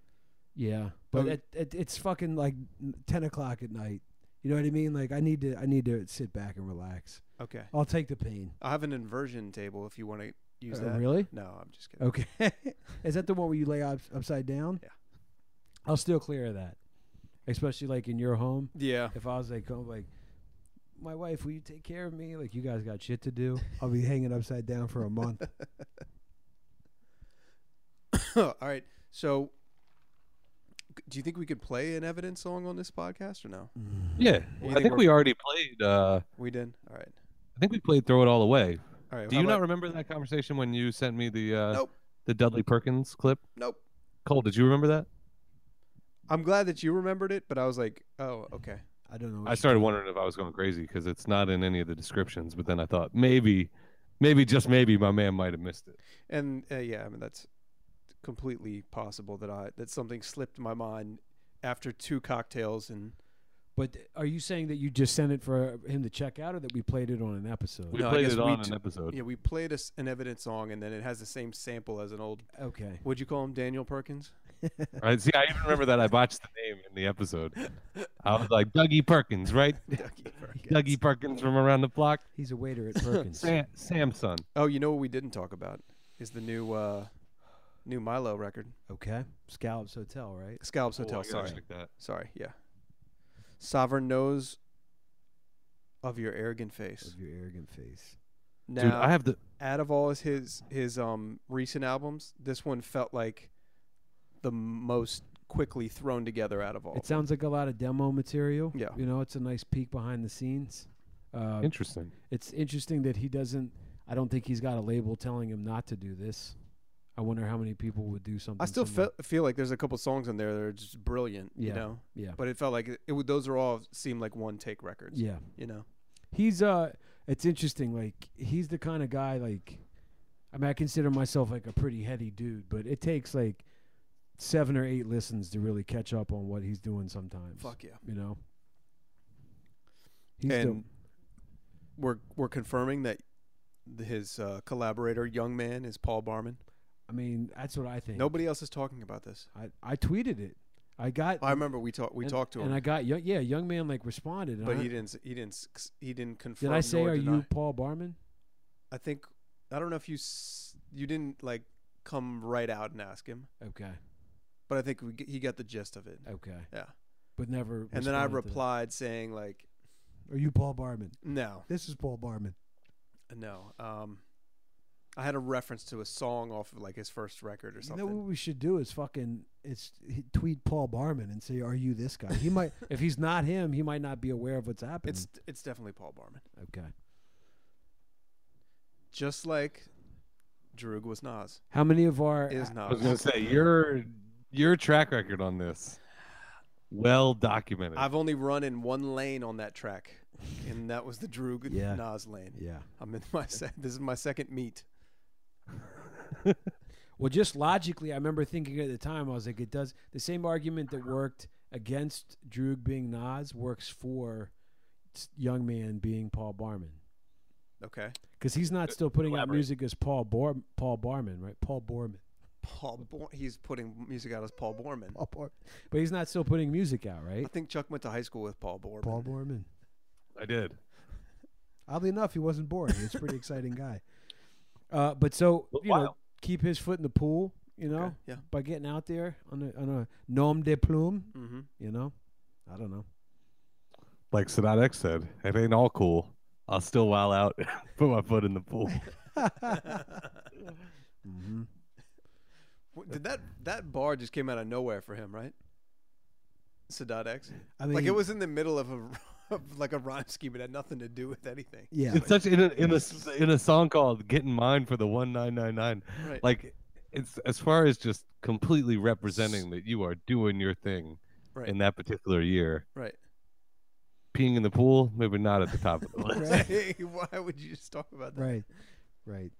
Speaker 2: yeah, but
Speaker 3: Oh.
Speaker 2: it, it, it's fucking like n- ten o'clock at night. You know what I mean? Like I need to, I need to sit back and relax.
Speaker 3: Okay.
Speaker 2: I'll take the pain.
Speaker 3: I have an inversion table if you want to use
Speaker 2: Uh,
Speaker 3: that.
Speaker 2: really?
Speaker 3: No, I'm just kidding.
Speaker 2: Okay. Is that the one where you lay up, upside down?
Speaker 3: Yeah.
Speaker 2: I'll still clear of that, especially like in your home.
Speaker 3: Yeah.
Speaker 2: if I was like, going like, my wife, will you take care of me? Like, you guys got shit to do. I'll be hanging upside down for a month.
Speaker 3: All right. So, c- do you think we could play an evidence song on this podcast or no?
Speaker 1: Yeah, I
Speaker 3: think
Speaker 1: think
Speaker 3: we're-
Speaker 1: we already played. uh
Speaker 3: We did. All right.
Speaker 1: I think we played "Throw It All Away."
Speaker 3: All right.
Speaker 1: Do
Speaker 3: how
Speaker 1: you
Speaker 3: about-
Speaker 1: not remember that conversation when you sent me the uh
Speaker 3: Nope.
Speaker 1: the Dudley Perkins clip?
Speaker 3: Nope.
Speaker 1: Cole, did you remember that?
Speaker 3: I'm glad that you remembered it, but I was like, oh, okay.
Speaker 2: I don't know. what
Speaker 1: I
Speaker 2: you
Speaker 1: started
Speaker 2: do.
Speaker 1: wondering if I was going crazy because it's not in any of the descriptions. But then I thought maybe, maybe just maybe my man might have missed it.
Speaker 3: And uh, yeah, I mean that's completely possible that I that something slipped my mind after two cocktails and
Speaker 2: But are you saying that you just sent it for him to check out, or that we played it on an episode?
Speaker 1: We
Speaker 3: No, I
Speaker 1: played
Speaker 3: guess
Speaker 1: it
Speaker 3: we
Speaker 1: on
Speaker 3: t-
Speaker 1: an episode.
Speaker 3: yeah, we played us an evidence song and then it has the same sample as an old.
Speaker 2: Okay.
Speaker 3: Would you call him Daniel Perkins?
Speaker 1: Right? See, I even remember that I botched the name in the episode. I was like Dougie Perkins, right?
Speaker 3: Dougie Perkins.
Speaker 1: Dougie Perkins from around the block.
Speaker 2: He's a waiter at Perkins.
Speaker 1: Sam, Samson.
Speaker 3: Oh, you know what we didn't talk about is the new uh new Milo record,
Speaker 2: okay. Scallops Hotel, right?
Speaker 3: Scallops
Speaker 1: Oh,
Speaker 3: Hotel.
Speaker 1: I gotta
Speaker 3: sorry,
Speaker 1: check that.
Speaker 3: sorry, yeah. Sovereign nose of your arrogant face.
Speaker 2: Of your arrogant face.
Speaker 3: Now,
Speaker 1: Dude, I have the.
Speaker 3: out of all his his um recent albums, this one felt like the most quickly thrown together out of all.
Speaker 1: Oh.
Speaker 2: It sounds like a lot of demo material.
Speaker 3: Yeah.
Speaker 2: You know, it's a nice peek behind the scenes.
Speaker 3: Oh.
Speaker 2: Uh,
Speaker 1: Interesting.
Speaker 2: it's interesting that he doesn't. I don't think he's got a label telling him not to do this. I wonder how many people would do something.
Speaker 3: I still
Speaker 2: similar.
Speaker 3: feel, feel like there's a couple songs on there that are just brilliant, you
Speaker 2: Yeah.
Speaker 3: know.
Speaker 2: Yeah.
Speaker 3: But it felt like it, it would- those are all seem like one take records,
Speaker 2: Yeah.
Speaker 3: you know.
Speaker 2: He's uh it's interesting, like he's the kind of guy like I mean I consider myself like a pretty heady dude, but it takes like seven or eight listens to really catch up on what he's doing sometimes.
Speaker 3: Fuck yeah.
Speaker 2: You know? He's
Speaker 3: and
Speaker 2: dope.
Speaker 3: we're we're confirming that th- his uh, collaborator, young man, is Paul Barman.
Speaker 2: I mean, that's what I think.
Speaker 3: Nobody else is talking about this.
Speaker 2: I, I tweeted it. I got
Speaker 3: I remember we talked we
Speaker 2: and-
Speaker 3: talked to him,
Speaker 2: And I got yo- yeah, young man like responded and
Speaker 3: but
Speaker 2: I-
Speaker 3: he didn't s- he didn't s- he didn't confirm.
Speaker 2: did I say
Speaker 3: nor
Speaker 2: are
Speaker 3: deny.
Speaker 2: you Paul Barman?
Speaker 3: I think I don't know if you s- you didn't like come right out and ask him,
Speaker 2: Okay.
Speaker 3: but I think we, g- he got the gist of it.
Speaker 2: Okay.
Speaker 3: Yeah,
Speaker 2: But never
Speaker 3: and then I
Speaker 2: responded to that.
Speaker 3: replied saying like,
Speaker 2: Are you Paul Barman?
Speaker 3: no,
Speaker 2: This is Paul Barman.
Speaker 3: no. Um, I had a reference to a song off of like his first record or
Speaker 7: You
Speaker 3: something.
Speaker 7: know what we should do is fucking it's tweet Paul Barman and say, "Are you this guy?" He might.
Speaker 2: If he's not him, he might not be aware of what's happening.
Speaker 3: it's it's definitely Paul Barman.
Speaker 2: okay.
Speaker 3: Just like Droog was Nas.
Speaker 1: How many of our
Speaker 3: Is
Speaker 8: I
Speaker 3: Nas.
Speaker 8: was gonna say your your track record on this, well documented.
Speaker 3: I've only run in one lane on that track, and that was the Droog
Speaker 1: Yeah.
Speaker 3: Nas lane.
Speaker 1: Yeah.
Speaker 3: I'm in my se- this is my second meet.
Speaker 1: Well, just logically, I remember thinking at the time, I was like, it does the same argument that worked against Droog being Nas works for s- Young Man being Paul Barman
Speaker 3: Okay,
Speaker 1: because he's not still putting out
Speaker 8: Elaborate.
Speaker 1: music as Paul Bor- Paul Barman, right? Paul Borman,
Speaker 3: Paul. Bor- he's putting music out as Paul Borman.
Speaker 2: Paul, Bor-
Speaker 1: but he's not still putting music out,
Speaker 3: I
Speaker 1: right?
Speaker 3: think Chuck went to high school with Paul Borman.
Speaker 2: Paul Borman.
Speaker 8: I did.
Speaker 2: Oddly enough, he wasn't boring. He's a pretty exciting guy.
Speaker 1: Uh, but so
Speaker 8: Well,
Speaker 1: you know,
Speaker 8: wow.
Speaker 1: keep his foot in the pool, you know,
Speaker 3: Okay, yeah.
Speaker 1: by getting out there on a, on a nom de plume,
Speaker 3: Mm-hmm.
Speaker 1: you know. I don't know.
Speaker 8: Like Sadat X said, it ain't all cool. I'll still while out, put my foot in the pool.
Speaker 2: Mm-hmm.
Speaker 3: Did that that bar just came out of nowhere for him, right? Sadat X.
Speaker 2: I mean,
Speaker 3: like it was in the middle of a of like a rhyme scheme. It had nothing to do with anything.
Speaker 2: Yeah,
Speaker 8: It's such in a, in a s- in a song called "Getting Mine" for the one nine nine nine.
Speaker 3: Right.
Speaker 8: Like it's as far as just completely representing that you are doing your thing
Speaker 3: Right.
Speaker 8: in that particular year.
Speaker 3: right.
Speaker 8: Peeing in the pool, maybe not at the top of the list.
Speaker 3: Why would you just talk about that?
Speaker 2: right, right.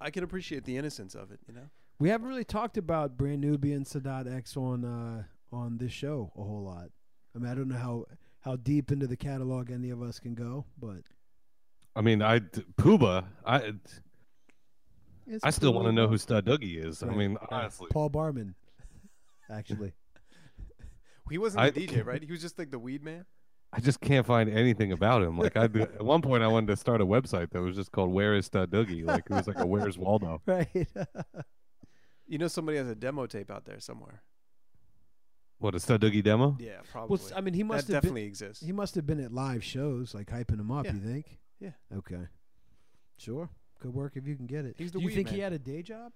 Speaker 3: I can appreciate the innocence of it. You know.
Speaker 2: We haven't really talked about Brand Newbie and Sadat X on uh, on this show a whole lot. I mean, I don't know how how deep into the catalog any of us can go, but
Speaker 8: I mean, I d- Pooba, I
Speaker 2: it's
Speaker 8: I still want to
Speaker 2: pretty-
Speaker 8: know who Stud Dougie is. I
Speaker 2: Right.
Speaker 8: mean, honestly,
Speaker 2: Paul Barman. Actually,
Speaker 3: He wasn't
Speaker 8: I-
Speaker 3: the DJ, right? He was just like the weed man.
Speaker 8: I just can't find anything about him. Like I do, at one point I wanted to start a website that was just called "Where is Stud Dougie?" Like it was like a "Where's Waldo?"
Speaker 2: right?
Speaker 3: You know, somebody has a demo tape out there somewhere.
Speaker 8: What a Stud Dougie demo?
Speaker 3: Yeah, probably.
Speaker 2: well, I mean, he
Speaker 3: that
Speaker 2: must have
Speaker 3: definitely
Speaker 2: been,
Speaker 3: exists.
Speaker 2: he must have been at live shows, like hyping him up.
Speaker 3: Yeah.
Speaker 2: You think?
Speaker 3: Yeah.
Speaker 2: Okay. Sure. Good work if you can get it.
Speaker 3: He's the
Speaker 2: Do you
Speaker 3: weed
Speaker 2: think he
Speaker 3: man.
Speaker 2: had a day job?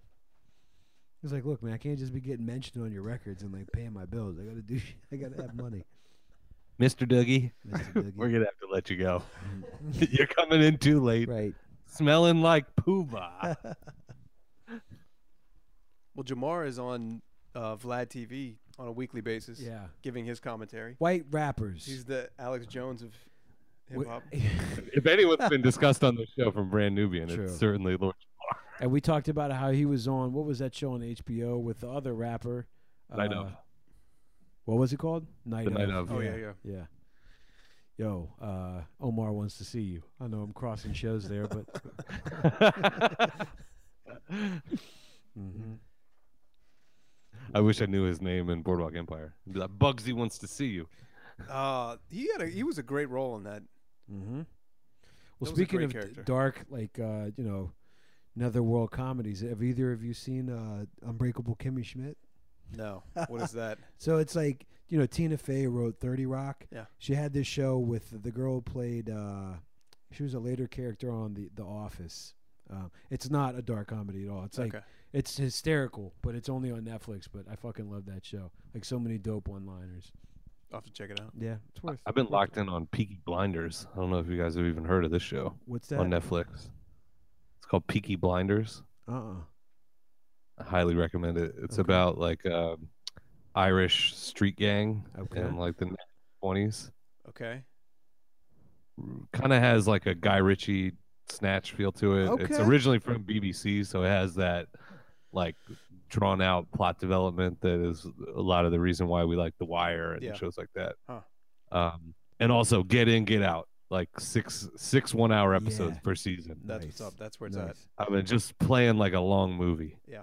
Speaker 2: He's like, look, man, I can't just be getting mentioned on your records and like paying my bills. I gotta do. sh- I gotta have money.
Speaker 8: Mr. Dougie,
Speaker 2: Mr.
Speaker 8: we're
Speaker 2: Dougie.
Speaker 8: gonna have to let you go. You're coming in too late,
Speaker 2: Right.
Speaker 8: smelling like Pooba.
Speaker 3: Well, Jamar is on uh, Vlad TV on a weekly basis,
Speaker 1: Yeah.
Speaker 3: giving his commentary.
Speaker 1: White rappers.
Speaker 3: He's the Alex Jones of
Speaker 1: Wh-
Speaker 3: hip hop.
Speaker 8: if anyone's been discussed on the show from Brand Nubian,
Speaker 1: True.
Speaker 8: it's certainly Lord.
Speaker 1: And we talked about how he was on what was that show on HBO with the other rapper? Uh,
Speaker 8: Night of.
Speaker 1: What was it called? Night
Speaker 8: The
Speaker 1: of.
Speaker 8: Night Of.
Speaker 3: Oh yeah, yeah.
Speaker 1: Yeah. Yo, uh, Omar wants to see you. I know I'm crossing shows there, but Mm-hmm.
Speaker 8: I wish I knew his name in Boardwalk Empire. It'd be like, Bugsy wants to see you.
Speaker 3: Uh, he had a he was a great role in that.
Speaker 1: Mm-hmm. Well,
Speaker 3: That was a
Speaker 1: speaking
Speaker 3: great
Speaker 1: of d-
Speaker 3: character.
Speaker 1: dark, like uh, you know, netherworld comedies, have either of you seen?
Speaker 2: Seen uh, Unbreakable Kimmy Schmidt?
Speaker 3: No, what is that?
Speaker 2: So it's like you know Tina Fey wrote Thirty Rock.
Speaker 3: Yeah.
Speaker 2: She had this show with the girl who played. Uh, she was a later character on the The Office. Um, it's not a dark comedy at all. It's like
Speaker 3: okay.
Speaker 1: It's hysterical, but it's only on Netflix. But I fucking love that show. Like so many dope one-liners.
Speaker 3: I'll have to check it out.
Speaker 2: yeah, it's worth.
Speaker 8: I've been locked in on Peaky Blinders. I don't know if you guys have even heard of this show
Speaker 2: What's
Speaker 8: on
Speaker 2: that?
Speaker 8: Netflix. It's called Peaky Blinders.
Speaker 2: Uh uh
Speaker 8: I highly recommend it. It's about like a Irish street gang
Speaker 2: Okay.
Speaker 8: in like the 20s.
Speaker 3: Okay.
Speaker 8: Kind of has like a Guy Ritchie snatch feel to it. It's
Speaker 2: Okay.
Speaker 8: originally from BBC, so it has that like drawn out plot development that is a lot of the reason why we like The Wire and
Speaker 3: Yeah.
Speaker 8: shows like that.
Speaker 3: Huh.
Speaker 8: Um, and also Get In, Get Out, like six six one hour episodes
Speaker 2: Yeah.
Speaker 8: per season.
Speaker 3: That's
Speaker 2: Nice.
Speaker 3: what's up. That's where it's at.
Speaker 2: Nice.
Speaker 8: I mean, just playing like a long movie.
Speaker 3: Yeah.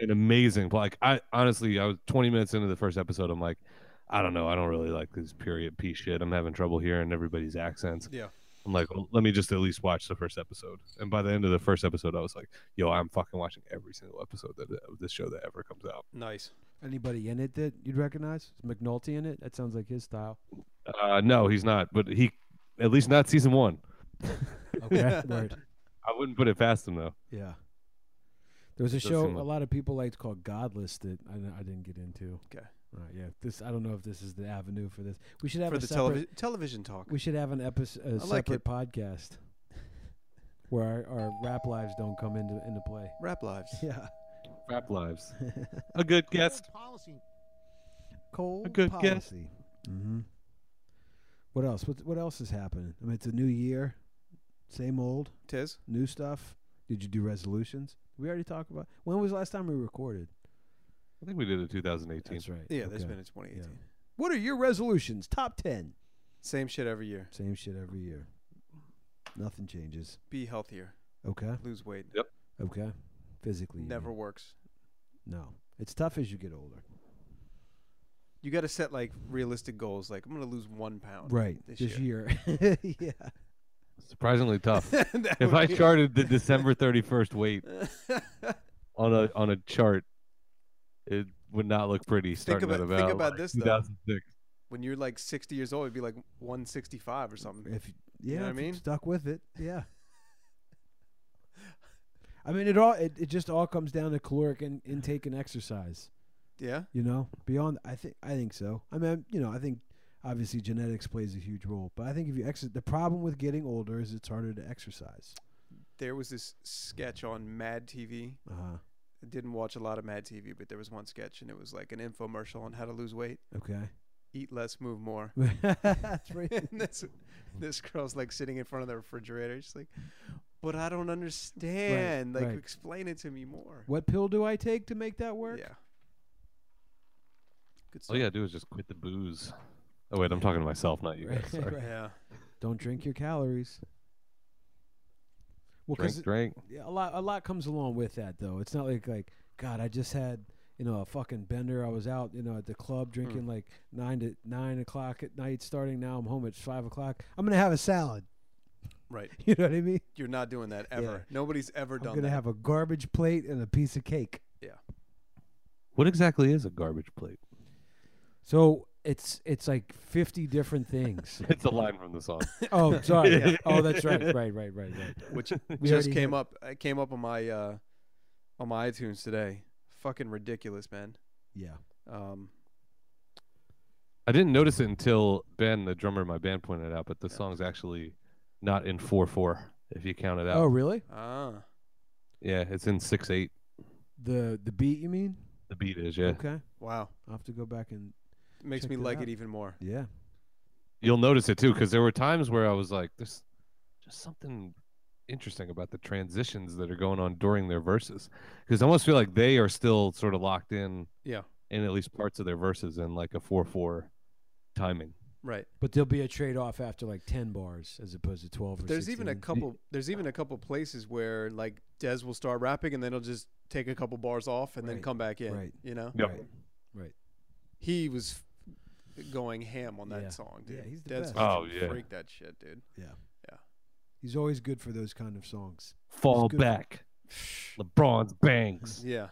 Speaker 8: An amazing, like I honestly, I was 20 minutes into the first episode. I'm like, I don't know, I don't really like this period piece shit. I'm having trouble hearing everybody's accents.
Speaker 3: Yeah.
Speaker 8: I'm like, well, let me just at least watch the first episode. And by the end of the first episode, I was like, yo, I'm fucking watching every single episode that of this show that ever comes out.
Speaker 3: Nice.
Speaker 1: Anybody in it that you'd recognize? Is McNulty in it? That sounds like his style.
Speaker 8: Uh, no, he's not, but he, at least not season one.
Speaker 1: Okay, word.
Speaker 8: I wouldn't put it past him though.
Speaker 1: Yeah. There was a
Speaker 8: Does
Speaker 1: show
Speaker 8: seem
Speaker 1: a
Speaker 8: like-
Speaker 1: lot of people liked called Godless that I, I didn't get into.
Speaker 3: Okay.
Speaker 1: Right, yeah. This I don't know if this is the avenue for this. We should have
Speaker 3: For
Speaker 1: a
Speaker 3: the
Speaker 1: separate.
Speaker 3: television television talk.
Speaker 1: we should have an episode, a
Speaker 3: like
Speaker 1: separate
Speaker 3: it.
Speaker 1: podcast. where our, our rap lives don't come into into play.
Speaker 3: Rap lives.
Speaker 2: Yeah.
Speaker 8: Rap lives. A good guest.
Speaker 2: Cold
Speaker 8: good guess.
Speaker 2: policy. Mm-hmm. What else? What what else is happening? I mean, it's a new year, same old,
Speaker 3: Tiz.
Speaker 2: new stuff. Did you do resolutions? We already talked about. When was the last time we recorded?
Speaker 8: I think we did it 2018.
Speaker 2: That's right.
Speaker 3: Yeah, that's
Speaker 2: Okay.
Speaker 3: been in 2018.
Speaker 2: What are your resolutions? Top ten.
Speaker 3: Same shit every year.
Speaker 2: Same shit every year. Nothing changes.
Speaker 3: Be healthier.
Speaker 2: Okay.
Speaker 3: Lose weight.
Speaker 2: Okay. Physically. you
Speaker 3: Never
Speaker 2: mean.
Speaker 3: works.
Speaker 2: No. It's tough as you get older.
Speaker 3: You got to set like realistic goals. Like I'm gonna lose one pound.
Speaker 2: Right.
Speaker 3: This
Speaker 2: This, year. yeah.
Speaker 8: Surprisingly tough.
Speaker 3: That
Speaker 8: if
Speaker 3: would
Speaker 8: I
Speaker 3: be-
Speaker 8: charted the December 31st weight on a on a chart, it would not look pretty. Starting
Speaker 3: about-
Speaker 8: at
Speaker 3: think
Speaker 8: about
Speaker 3: about
Speaker 8: like
Speaker 3: this, though.
Speaker 8: 2006.
Speaker 3: when you're like 60 years old, it'd be like 165 or something.
Speaker 2: If you, yeah,
Speaker 3: know what I
Speaker 2: if you
Speaker 3: mean?
Speaker 2: stuck with it. Yeah. I mean, it all it, it just all comes down to caloric in, intake and exercise.
Speaker 3: Yeah.
Speaker 2: You know, beyond I think I think so. I mean, you know, I think obviously genetics plays a huge role, but I think if you exit, the problem with getting older is it's harder to exercise.
Speaker 3: There was this sketch on Mad TV.
Speaker 2: Uh huh.
Speaker 3: I didn't watch a lot of Mad TV, but there was one sketch and it was like an infomercial on how to lose weight.
Speaker 2: Okay.
Speaker 3: Eat less, move more.
Speaker 2: That's right.
Speaker 3: and this this girl's like sitting in front of the refrigerator. She's like, "But I don't understand. like,
Speaker 2: right.
Speaker 3: explain it to me more."
Speaker 2: What pill do I take to make that work? Oh,
Speaker 3: Yeah. Good
Speaker 8: All
Speaker 3: stuff.
Speaker 8: you gotta do is just quit the booze. Oh wait, I'm talking to myself, not you guys. Sorry.
Speaker 3: Yeah.
Speaker 2: Don't drink your calories. Well,
Speaker 8: Drink,
Speaker 2: because
Speaker 8: drink.
Speaker 2: a lot a lot comes along with that though. It's not like like God, I just had you know a fucking bender. I was out you know at the
Speaker 8: Hmm.
Speaker 2: club drinking like nine to nine o'clock at night. Starting now, I'm home at five o'clock. I'm gonna have a salad.
Speaker 3: Right.
Speaker 2: You know what I mean?
Speaker 3: You're not doing that ever.
Speaker 2: Yeah.
Speaker 3: Nobody's ever
Speaker 2: I'm
Speaker 3: done
Speaker 2: gonna
Speaker 3: that.
Speaker 2: have a garbage plate and a piece of cake.
Speaker 8: What exactly is a garbage plate?
Speaker 2: So it's it's like fifty different things.
Speaker 8: It's a line from the song.
Speaker 2: oh, sorry. Yeah. Oh, that's right. Right, right, right, right.
Speaker 3: which
Speaker 2: We
Speaker 3: just
Speaker 2: already
Speaker 3: came
Speaker 2: had-
Speaker 3: up. It came up on my uh, on my iTunes today. Fucking ridiculous, man.
Speaker 2: Yeah.
Speaker 3: Um,
Speaker 8: I didn't notice it until Ben, the drummer in my band, pointed it out. But the song's actually not in four four. If you count it out,
Speaker 2: Oh, really?
Speaker 3: ah,
Speaker 8: yeah, it's in six eight.
Speaker 2: The the beat you mean?
Speaker 8: The beat is yeah.
Speaker 2: Okay.
Speaker 3: wow,
Speaker 2: I'll have to go back and
Speaker 3: it makes
Speaker 2: Check
Speaker 3: me
Speaker 2: that
Speaker 3: like
Speaker 2: out.
Speaker 3: it even more.
Speaker 2: yeah.
Speaker 8: You'll notice it too, because there were times where I was like, "There's just something interesting about the transitions that are going on during their verses," because I almost feel like they are still sort of locked in,
Speaker 3: Yeah.
Speaker 8: in at least parts of their verses in like a four four timing.
Speaker 3: Right.
Speaker 2: But there'll be a trade off after like ten bars as opposed to twelve. Or
Speaker 3: There's even a
Speaker 2: 16.
Speaker 3: couple. There's even a couple places where like Des will start rapping and then he'll just take a couple bars off and then
Speaker 2: Right.
Speaker 3: come back in.
Speaker 2: Right.
Speaker 3: You know,
Speaker 8: Yep.
Speaker 2: Right. Right.
Speaker 3: he was f- going ham on that
Speaker 2: Yeah.
Speaker 3: song, dude.
Speaker 2: Yeah, he's the
Speaker 3: Des
Speaker 2: best.
Speaker 8: Oh,
Speaker 3: fucking
Speaker 8: yeah.
Speaker 3: freak that shit, dude.
Speaker 2: He's always good for those kind of songs.
Speaker 8: Fall
Speaker 2: good.
Speaker 8: back, LeBron's bangs.
Speaker 3: Yeah.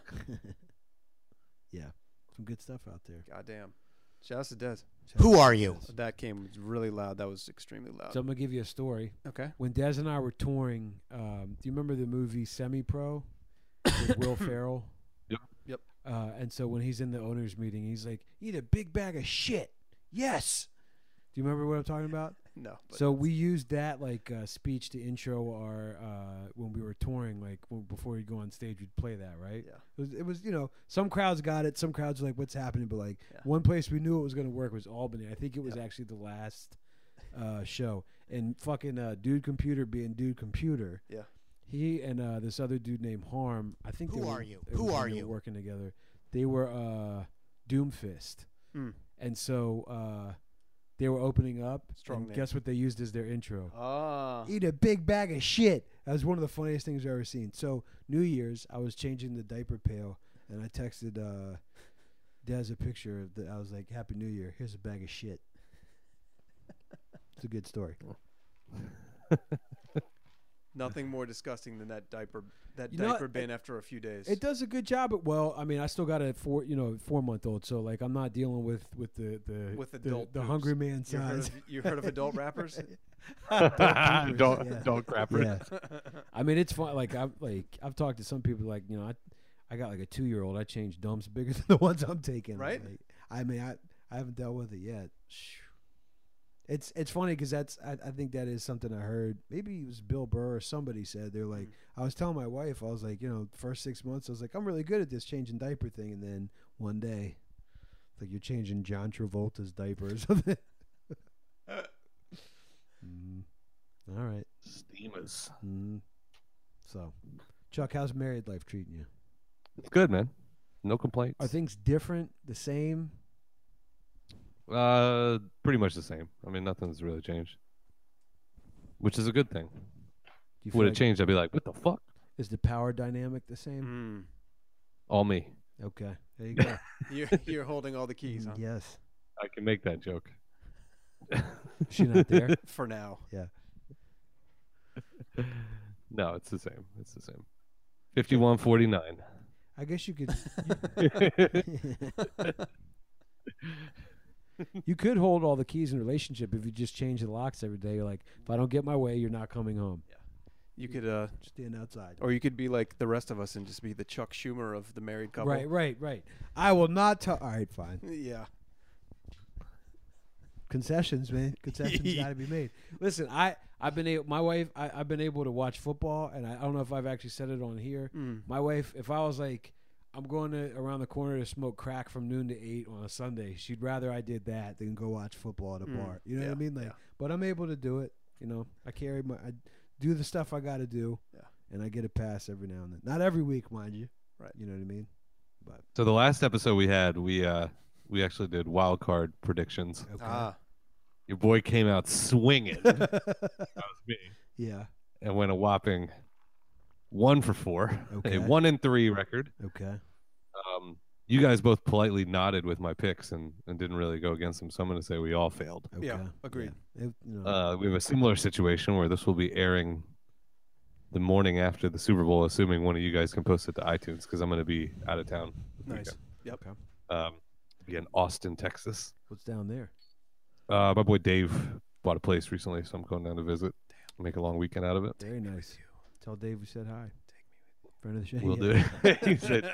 Speaker 2: Some good stuff out there.
Speaker 3: Goddamn. Shouts to Des.
Speaker 2: Who are you?
Speaker 3: That came really loud. That was extremely loud.
Speaker 2: So I'm gonna give you a story.
Speaker 3: okay.
Speaker 2: When Des and I were touring, um, do you remember the movie Semi Pro with Will Ferrell?
Speaker 8: Yep.
Speaker 3: Yep.
Speaker 2: Uh, and so when he's in the owners' meeting, he's like, "Eat a big bag of shit." Yes. Do you remember what I'm talking about?
Speaker 3: No. But
Speaker 2: So we used that like uh, speech to intro our uh, when we were touring, like w before we go on stage, we'd play that, right?
Speaker 3: Yeah.
Speaker 2: It was, it was, you know, some crowds got it, some crowds were like, "What's happening?" But like
Speaker 3: Yeah.
Speaker 2: one place we knew it was going to work was Albany. I think it was
Speaker 3: Yeah.
Speaker 2: actually the last uh, show, and fucking uh, dude computer being dude computer.
Speaker 3: Yeah.
Speaker 2: He and uh, this other dude named Harm. I think.
Speaker 9: Who
Speaker 2: they were-
Speaker 9: are you?
Speaker 2: it
Speaker 9: Who
Speaker 2: was when
Speaker 9: are
Speaker 2: they were
Speaker 9: you?
Speaker 2: Working together, they were uh, Doomfist.
Speaker 3: Mm.
Speaker 2: And so uh, they were opening up.
Speaker 3: Strong
Speaker 2: and
Speaker 3: name.
Speaker 2: guess what they used as their intro?
Speaker 3: Ah.
Speaker 2: Eat a big bag of shit. That was one of the funniest things I've ever seen. So New Year's, I was changing the diaper pail, and I texted uh, Dez a picture of that. I was like, "Happy New Year. Here's a bag of shit." it's a good story.
Speaker 3: Nothing more disgusting than that diaper that
Speaker 2: You know,
Speaker 3: diaper
Speaker 2: it-
Speaker 3: bin after a few days.
Speaker 2: It does a good job. At, well, I mean, I still got a four, you know, four month old. So like, I'm not dealing with with the the
Speaker 3: With
Speaker 2: the,
Speaker 3: adult
Speaker 2: the
Speaker 3: poops.
Speaker 2: hungry man
Speaker 3: You heard,
Speaker 2: size.
Speaker 3: of, you heard of adult rappers?
Speaker 8: don't don't,
Speaker 2: yeah.
Speaker 8: crapper.
Speaker 2: I mean, it's fun. Like I've like I've talked to some people. Like you know, I I got like a two year old. I changed dumps bigger than the ones I'm taking.
Speaker 3: Right?
Speaker 2: Like, I mean, I I haven't dealt with it yet. It's it's funny because that's I, I think that is something I heard. Maybe it was Bill Burr or somebody said they're like I was telling my wife I was like you know first six months I was like I'm really good at this changing diaper thing and then one day it's like you're changing John Travolta's diaper or something. Mm. All right.
Speaker 8: Steamers.
Speaker 2: Mm. So, Chuck, how's married life treating you?
Speaker 8: Good man. No complaints.
Speaker 2: Are things different? The same?
Speaker 8: Uh, pretty much the same. I mean, nothing's really changed, which is a good thing.
Speaker 2: Do you
Speaker 8: Would it
Speaker 2: like-
Speaker 8: changed, I'd be like, what the fuck?
Speaker 2: Is the power dynamic the same?
Speaker 3: Mm.
Speaker 8: All me.
Speaker 2: Okay. Mm. There you go.
Speaker 3: You're you're holding all the
Speaker 2: Mm,
Speaker 3: keys, huh?
Speaker 2: yes.
Speaker 8: I can make that joke.
Speaker 2: She not there.
Speaker 3: For now.
Speaker 8: No, it's the same. It's the same. Fifty-one forty-nine.
Speaker 2: I guess you could you could hold all the keys in a relationship if you just change the locks every day. You're like, if I don't get my way, you're not coming home.
Speaker 3: You could uh
Speaker 2: Stand outside.
Speaker 3: or you could be like the rest of us and just be the Chuck Schumer of the married couple.
Speaker 2: Right, right, right. I will not tell. All right, fine.
Speaker 3: Yeah.
Speaker 2: concessions, man. Concessions got to be made. Listen, I I've been able, my wife I, I've been able to watch football, and I, I don't know if I've actually said it on here.
Speaker 3: Mm.
Speaker 2: My wife, if I was like, I'm going to around the corner to smoke crack from noon to eight on a Sunday, she'd rather I did that than go watch football at a bar. You know
Speaker 3: Mm, Yeah,
Speaker 2: what I mean? Like,
Speaker 3: yeah.
Speaker 2: but I'm able to do it. You know, I carry my I do the stuff I got to do,
Speaker 3: Yeah.
Speaker 2: and I get a pass every now and then. Not every week, mind you.
Speaker 3: Right.
Speaker 2: You know what I mean?
Speaker 8: So the last episode we had, we uh we actually did wild card predictions.
Speaker 2: Okay.
Speaker 3: Ah.
Speaker 8: Your boy came out swinging. that was me,
Speaker 2: Yeah.
Speaker 8: and went a whopping one for four,
Speaker 2: Okay.
Speaker 8: a one in three record.
Speaker 2: Okay.
Speaker 8: Um, you guys both politely nodded with my picks and, and didn't really go against them. So I'm going to say we all failed.
Speaker 2: Okay.
Speaker 3: Yeah, agreed.
Speaker 2: Yeah. It- you know,
Speaker 8: Uh, we have a similar situation where this will be airing the morning after the Super Bowl, assuming one of you guys can post it to iTunes because I'm going to be out of town. the
Speaker 3: Nice. Yep.
Speaker 2: Okay.
Speaker 8: weekend. Um, be in Austin, Texas.
Speaker 2: what's down there?
Speaker 8: Uh, my boy Dave bought a place recently, so I'm going down to visit. Make a long weekend out of it.
Speaker 2: Very nice. Tell Dave we said hi. Take me with Friend of the show.
Speaker 8: We'll do it. he said,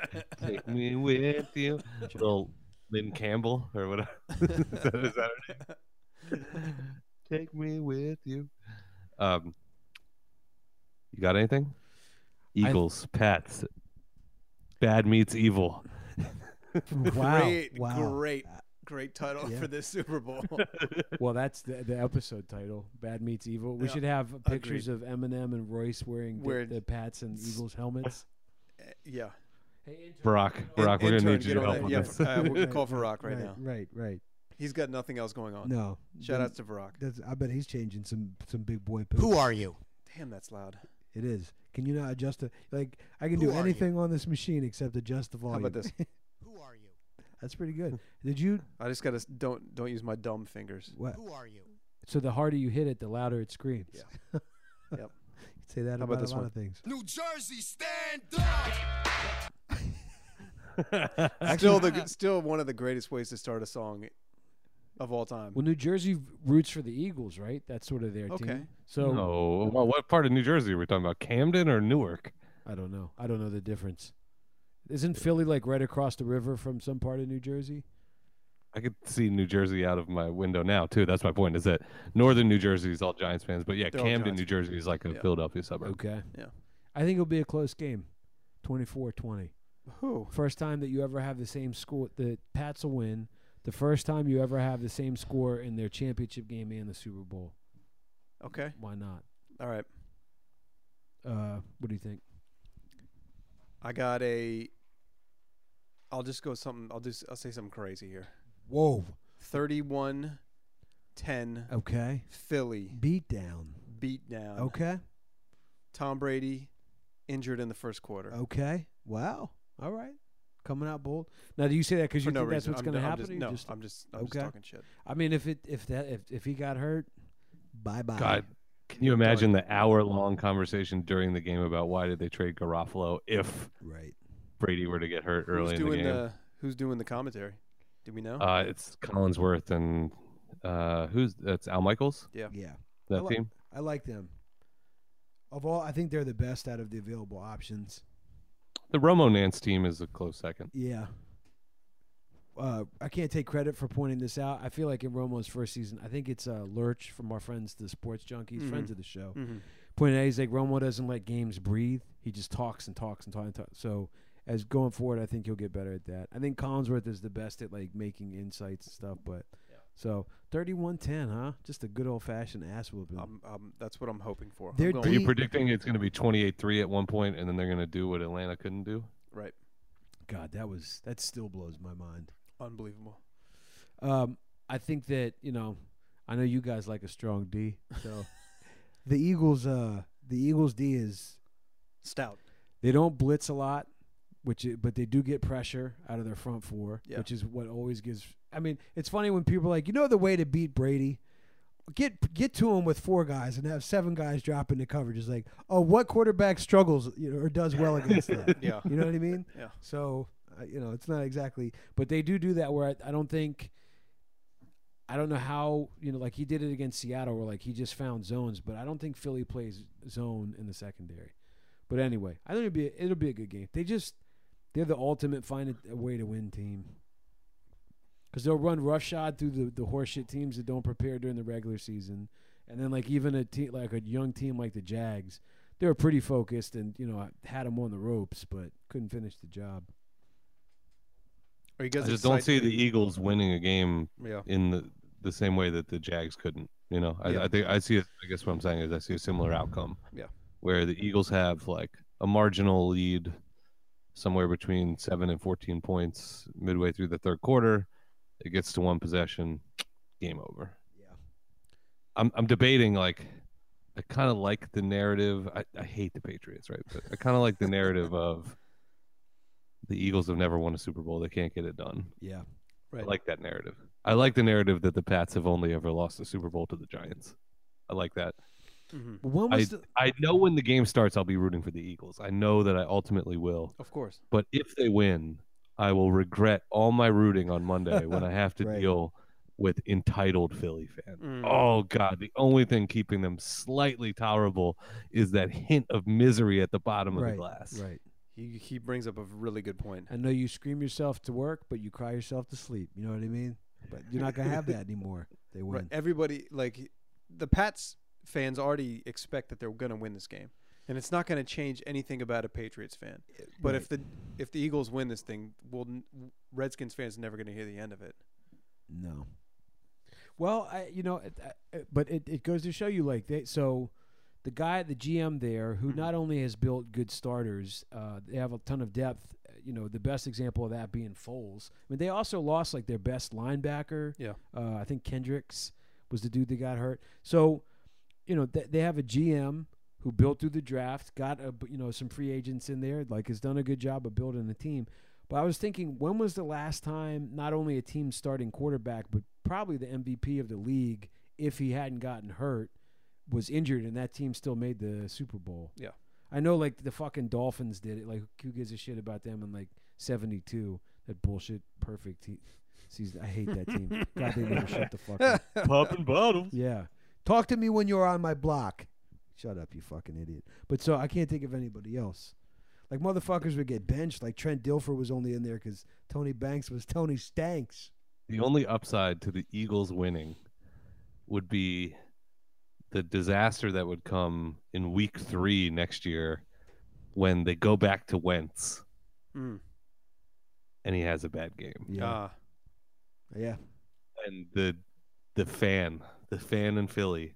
Speaker 8: "Take me with you." Little Lynn Campbell or whatever. is that, is that her name? Take me with you. Um, you got anything? Eagles, Pats, Bad meets evil.
Speaker 2: it. Wow.
Speaker 3: Great,
Speaker 2: wow. Uh,
Speaker 3: great, great title
Speaker 2: yeah.
Speaker 3: for this Super Bowl. Uh,
Speaker 1: Well, that's the, the episode title, Bad Meets Evil. We
Speaker 3: Yeah,
Speaker 1: should have pictures of Eminem and Royce wearing the,
Speaker 3: We're-
Speaker 1: the Pats and Eagles helmets.
Speaker 3: yeah.
Speaker 8: Brock, Brock, we're
Speaker 3: Intern,
Speaker 8: gonna need you
Speaker 3: get on
Speaker 8: to help
Speaker 3: that.
Speaker 8: on
Speaker 3: yeah,
Speaker 8: this.
Speaker 3: uh, we'll call Varrock right,
Speaker 2: Right,
Speaker 3: now.
Speaker 2: right, right.
Speaker 3: He's got nothing else going on.
Speaker 2: No.
Speaker 3: Shout
Speaker 2: then
Speaker 3: outs to Varrock.
Speaker 2: That's, I bet he's changing some some big boy poops.
Speaker 9: Who are you?
Speaker 3: Damn, that's loud.
Speaker 2: It is. Can you not adjust it? Like I can
Speaker 9: Who
Speaker 2: do
Speaker 9: are you?
Speaker 2: anything on this machine except adjust the
Speaker 3: How
Speaker 2: volume.
Speaker 3: about this?
Speaker 9: Who are you?
Speaker 2: That's pretty good. Did you?
Speaker 3: I just gotta s- don't don't use my dumb fingers.
Speaker 2: What?
Speaker 9: Who are you?
Speaker 1: So the harder you hit it, the louder it screams.
Speaker 3: Yeah.
Speaker 2: Say that
Speaker 3: How about
Speaker 2: about,
Speaker 3: this
Speaker 2: a lot
Speaker 3: one?
Speaker 2: of things.
Speaker 4: New Jersey, stand up!
Speaker 3: Uh, Still
Speaker 2: uh,
Speaker 3: the still one of the greatest ways to start a song of all time.
Speaker 1: Well, New Jersey roots for the Eagles, right? That's sort of their
Speaker 3: Okay.
Speaker 1: team. So
Speaker 8: No, well, what part of New Jersey are we talking about? Camden or Newark?
Speaker 1: I don't know. I don't know the difference. Isn't Philly like right across the river from some part of New Jersey?
Speaker 8: I could see New Jersey out of my window now too. That's my point. Is that Northern New Jersey is all Giants fans, but yeah,
Speaker 3: They're all
Speaker 8: Camden,
Speaker 3: Giants
Speaker 8: New Jersey is like a
Speaker 3: Yeah.
Speaker 8: Philadelphia suburb.
Speaker 1: Okay.
Speaker 3: Yeah.
Speaker 1: I think it'll be a close game. 24-20.
Speaker 3: Who?
Speaker 1: First time that you ever have the same score the Pats will win. The first time you ever have the same score in their championship game and the Super Bowl.
Speaker 3: Okay.
Speaker 1: Why not?
Speaker 3: All right.
Speaker 1: Uh, what do you think?
Speaker 3: I got a. I'll just go something. I'll just. I'll say something crazy here.
Speaker 2: Whoa.
Speaker 3: 31 10
Speaker 1: Oh.
Speaker 2: Okay.
Speaker 3: Philly
Speaker 2: Beat down.
Speaker 3: beat down.
Speaker 2: Okay.
Speaker 3: Tom Brady injured in the first quarter.
Speaker 1: Oh.
Speaker 2: Okay. Wow. All right. Coming out bold.
Speaker 1: Now, do you say that because
Speaker 3: For
Speaker 1: you
Speaker 3: no
Speaker 1: think
Speaker 3: reason.
Speaker 1: that's what's
Speaker 3: I'm-
Speaker 1: going to
Speaker 3: I'm
Speaker 1: happen?
Speaker 3: Just,
Speaker 1: or you
Speaker 3: no,
Speaker 1: just-
Speaker 3: I'm just. I'm
Speaker 2: Okay.
Speaker 3: just talking shit.
Speaker 1: I mean, if it if that if, if he got hurt,
Speaker 2: Bye
Speaker 3: Oh,
Speaker 2: bye.
Speaker 8: God, can you imagine the hour-long conversation during the game about why did they trade Garofalo if
Speaker 2: Right.
Speaker 8: Brady were to get hurt early
Speaker 3: who's
Speaker 8: in the
Speaker 3: doing
Speaker 8: game?
Speaker 3: Who's doing the commentary? Do we know?
Speaker 8: Uh, it's Collinsworth and uh, who's that's Al Michaels
Speaker 2: Yeah.
Speaker 8: that
Speaker 2: Hello.
Speaker 8: team.
Speaker 2: I like them. Of all, I think they're the best out of the available options.
Speaker 8: The Romo Nance team is a close second.
Speaker 2: Yeah. uh, I can't take credit for pointing this out. I feel like in Romo's first season, I think it's uh, Lurch from our friends, the sports junkies, friends
Speaker 3: Mhm.
Speaker 2: of the show.
Speaker 3: Mhm.
Speaker 2: Pointed out, he's like Romo doesn't let games breathe. He just talks and talks and talks and talks. So as going forward, I think he'll get better at that. I think Collinsworth is the best at like making insights and stuff. But so thirty-one ten, huh? Just a good old fashioned ass whooping.
Speaker 3: Um, um, that's what I'm hoping for. I'm
Speaker 2: They're
Speaker 8: Are
Speaker 3: going
Speaker 8: mm. you
Speaker 2: deep.
Speaker 8: predicting it's going to be 28-3 at one point, and then they're going to do what Atlanta couldn't do?
Speaker 3: right.
Speaker 2: God, that was that still blows my mind.
Speaker 3: Unbelievable.
Speaker 2: Um, I think that you know, I know you guys like a strong D. So the Eagles, uh, the Eagles D is
Speaker 3: Stout.
Speaker 2: they don't blitz a lot, which i but they do get pressure out of their front four,
Speaker 3: Yeah.
Speaker 2: which is what always gives. I mean, it's funny when people are like, you know, the way to beat Brady. Get get to him with four guys and have seven guys drop into coverage. It's like, oh, what quarterback struggles you know, or does well against that?
Speaker 3: Yeah.
Speaker 2: You know what I mean?
Speaker 3: Yeah.
Speaker 2: So, uh, you know, it's not exactly, but they do do that where I, I don't think, I don't know how, you know, like he did it against Seattle where like he just found zones, but I don't think Philly plays zone in the secondary. But anyway, I think it'll be, it'll be a good game. They just, they're the ultimate find a, a way to win team. Because they'll run roughshod through the, the horseshit teams that don't prepare during the regular season. And then, like, even a team, like a young team like the Jags, they were pretty focused and you know I had them on the ropes but couldn't finish the job
Speaker 3: Are you
Speaker 8: I
Speaker 3: guys
Speaker 8: just don't see
Speaker 3: excited?
Speaker 8: the Eagles winning a game
Speaker 3: Yeah.
Speaker 8: in the, the same way that the Jags couldn't. You know, I,
Speaker 3: Yeah.
Speaker 8: I think I see. A, I guess what I'm saying is I see a similar outcome.
Speaker 3: Yeah.
Speaker 8: Where the Eagles have like a marginal lead, somewhere between seven and 14 points midway through the third quarter, it gets to one possession, game over.
Speaker 2: Yeah.
Speaker 8: I'm I'm debating like. I kind of like the narrative. I, I hate the Patriots, right? But I kind of like the narrative of the Eagles have never won a Super Bowl. They can't get it done.
Speaker 2: yeah
Speaker 3: Right.
Speaker 8: I like that narrative. I like the narrative that the Pats have only ever lost the Super Bowl to the Giants. I like that.
Speaker 3: hmm
Speaker 2: but when was the,
Speaker 8: I know when the game starts, I'll be rooting for the Eagles. I know that I ultimately will.
Speaker 3: Of course.
Speaker 8: But if they win, I will regret all my rooting on Monday when I have to
Speaker 2: Right.
Speaker 8: deal with entitled Philly fans.
Speaker 3: Mm.
Speaker 8: Oh, God. The only thing keeping them slightly tolerable is that hint of misery at the bottom of
Speaker 2: right
Speaker 8: the glass.
Speaker 2: right
Speaker 3: He he brings up a really good point.
Speaker 2: i know you scream yourself to work but you cry yourself to sleep you know what i mean but you're not gonna have that anymore they
Speaker 3: Right.
Speaker 2: win
Speaker 3: Everybody like the Pats fans already expect that they're going to win this game. And it's not going to change anything about a Patriots fan. But if the if the Eagles win this thing, well n- Redskins fans never going to hear the end of it.
Speaker 2: no well I, you know it, I, I- but it, it goes to show you like they so the guy the gm there who not only has built good starters uh, they have a ton of depth uh, you know the best example of that being Foles. I mean, they also lost like their best linebacker.
Speaker 3: Yeah.
Speaker 2: Uh, I think Kendricks was the dude that got hurt. So, you know, th- they have a GM who built through the draft, got a, you know some free agents in there, like has done a good job of building a team. But I was thinking, when was the last time not only a team starting quarterback, but probably the MVP of the league, if he hadn't gotten hurt, was injured and that team still made the Super Bowl?
Speaker 3: Yeah.
Speaker 2: I know, like the fucking Dolphins did it. Like, who gives a shit about them in like '72? That bullshit perfect te- season. I hate that team. God, they never shut the fuck up.
Speaker 8: Popping bottles.
Speaker 2: Yeah. Talk to me when you're on my block. Shut up, you fucking idiot. But so I can't think of anybody else. Like motherfuckers would get benched. Like Trent Dilfer was only in there because Tony Banks was Tony Stanks.
Speaker 8: The only upside to the Eagles winning would be the disaster that would come in week three next year when they go back to Wentz
Speaker 3: Mm.
Speaker 8: and he has a bad game.
Speaker 2: Yeah,
Speaker 3: Ah.
Speaker 2: yeah.
Speaker 8: And the the fan, the fan in Philly,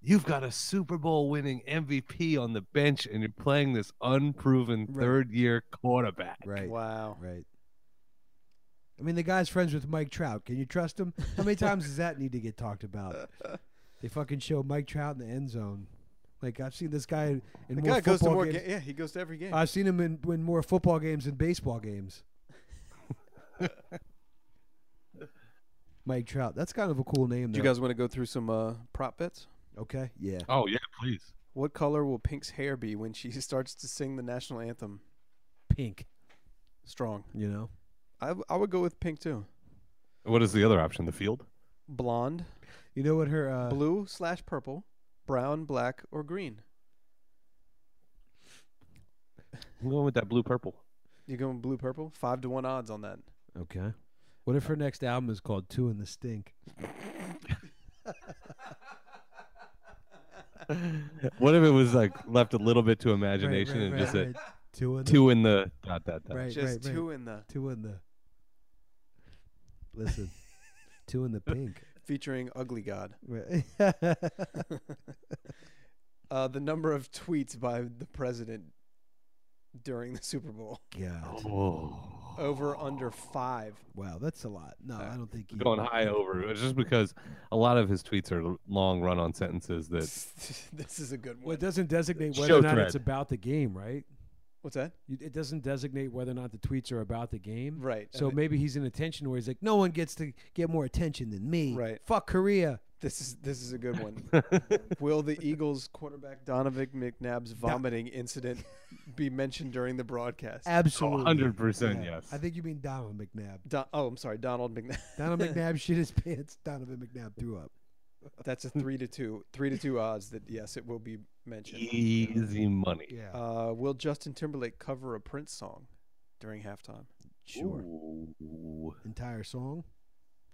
Speaker 8: you've got a Super Bowl winning MVP on the bench and you're playing this unproven
Speaker 2: Right.
Speaker 8: third year quarterback.
Speaker 2: Right,
Speaker 3: wow.
Speaker 2: right. I mean, the guy's friends with Mike Trout. Can you trust him? How many times does that need to get talked about? They fucking show Mike Trout in the end zone. Like I've seen this guy in
Speaker 3: The
Speaker 2: more
Speaker 3: guy goes to
Speaker 2: football
Speaker 3: more
Speaker 2: games.
Speaker 3: ga- yeah, he goes to every game.
Speaker 2: I've seen him in, in more football games than baseball games. Mike Trout. That's kind of a cool name.
Speaker 3: Do you
Speaker 2: though.
Speaker 3: guys want to go through some uh, prop bets?
Speaker 2: okay? Yeah.
Speaker 8: Oh yeah, please.
Speaker 3: What color will Pink's hair be when she starts to sing the national anthem?
Speaker 2: Pink.
Speaker 3: Strong.
Speaker 2: You know.
Speaker 3: I, w- I would go with pink too.
Speaker 8: What is the other option? The field?
Speaker 3: Blonde,
Speaker 2: You know what her uh,
Speaker 3: blue slash purple, brown, black, or green.
Speaker 8: I'm going with that blue purple.
Speaker 3: You going blue purple? Five to one odds on that.
Speaker 2: Okay. What if her next album is called Two in the Stink?
Speaker 8: What if it was like left a little bit to imagination
Speaker 2: Right,
Speaker 8: and
Speaker 2: right,
Speaker 8: just
Speaker 2: right, right.
Speaker 8: said
Speaker 2: two in the
Speaker 8: two in the dot dot dot?
Speaker 2: right,
Speaker 3: Just
Speaker 2: right, right.
Speaker 3: two in the
Speaker 2: two in the listen two in the pink
Speaker 3: featuring Ugly God.
Speaker 2: Right.
Speaker 3: Uh, the number of tweets by the president during the Super Bowl
Speaker 2: God.
Speaker 8: Oh.
Speaker 3: over under five.
Speaker 2: wow that's a lot no
Speaker 3: Uh,
Speaker 2: i don't think he,
Speaker 8: Going high over it's just because a lot of his tweets are l- long run on sentences that
Speaker 3: this is a good
Speaker 2: well
Speaker 3: one.
Speaker 2: it doesn't designate whether
Speaker 8: Show
Speaker 2: or not
Speaker 8: thread.
Speaker 2: it's about the game right
Speaker 3: What's that?
Speaker 2: You- it doesn't designate whether or not the tweets are about the game
Speaker 3: Right.
Speaker 2: so
Speaker 3: and
Speaker 2: maybe he's in a tension where he's like no one gets to get more attention than me
Speaker 3: Right.
Speaker 2: fuck korea
Speaker 3: this is this is a good one. Will the Eagles quarterback Donovan McNabb's vomiting incident be mentioned during the broadcast?
Speaker 2: absolutely
Speaker 8: 100%
Speaker 2: Yeah.
Speaker 8: yes.
Speaker 2: i think you mean donovan mcnabb
Speaker 3: Don- oh, I'm sorry, Donald McNabb.
Speaker 2: donovan mcnabb shit his pants donovan mcnabb threw up
Speaker 3: That's a three to two, three to two odds that yes, it will be mentioned.
Speaker 8: easy money.
Speaker 2: yeah
Speaker 3: Uh, will Justin Timberlake cover a Prince song during halftime?
Speaker 2: sure
Speaker 8: Ooh.
Speaker 2: entire song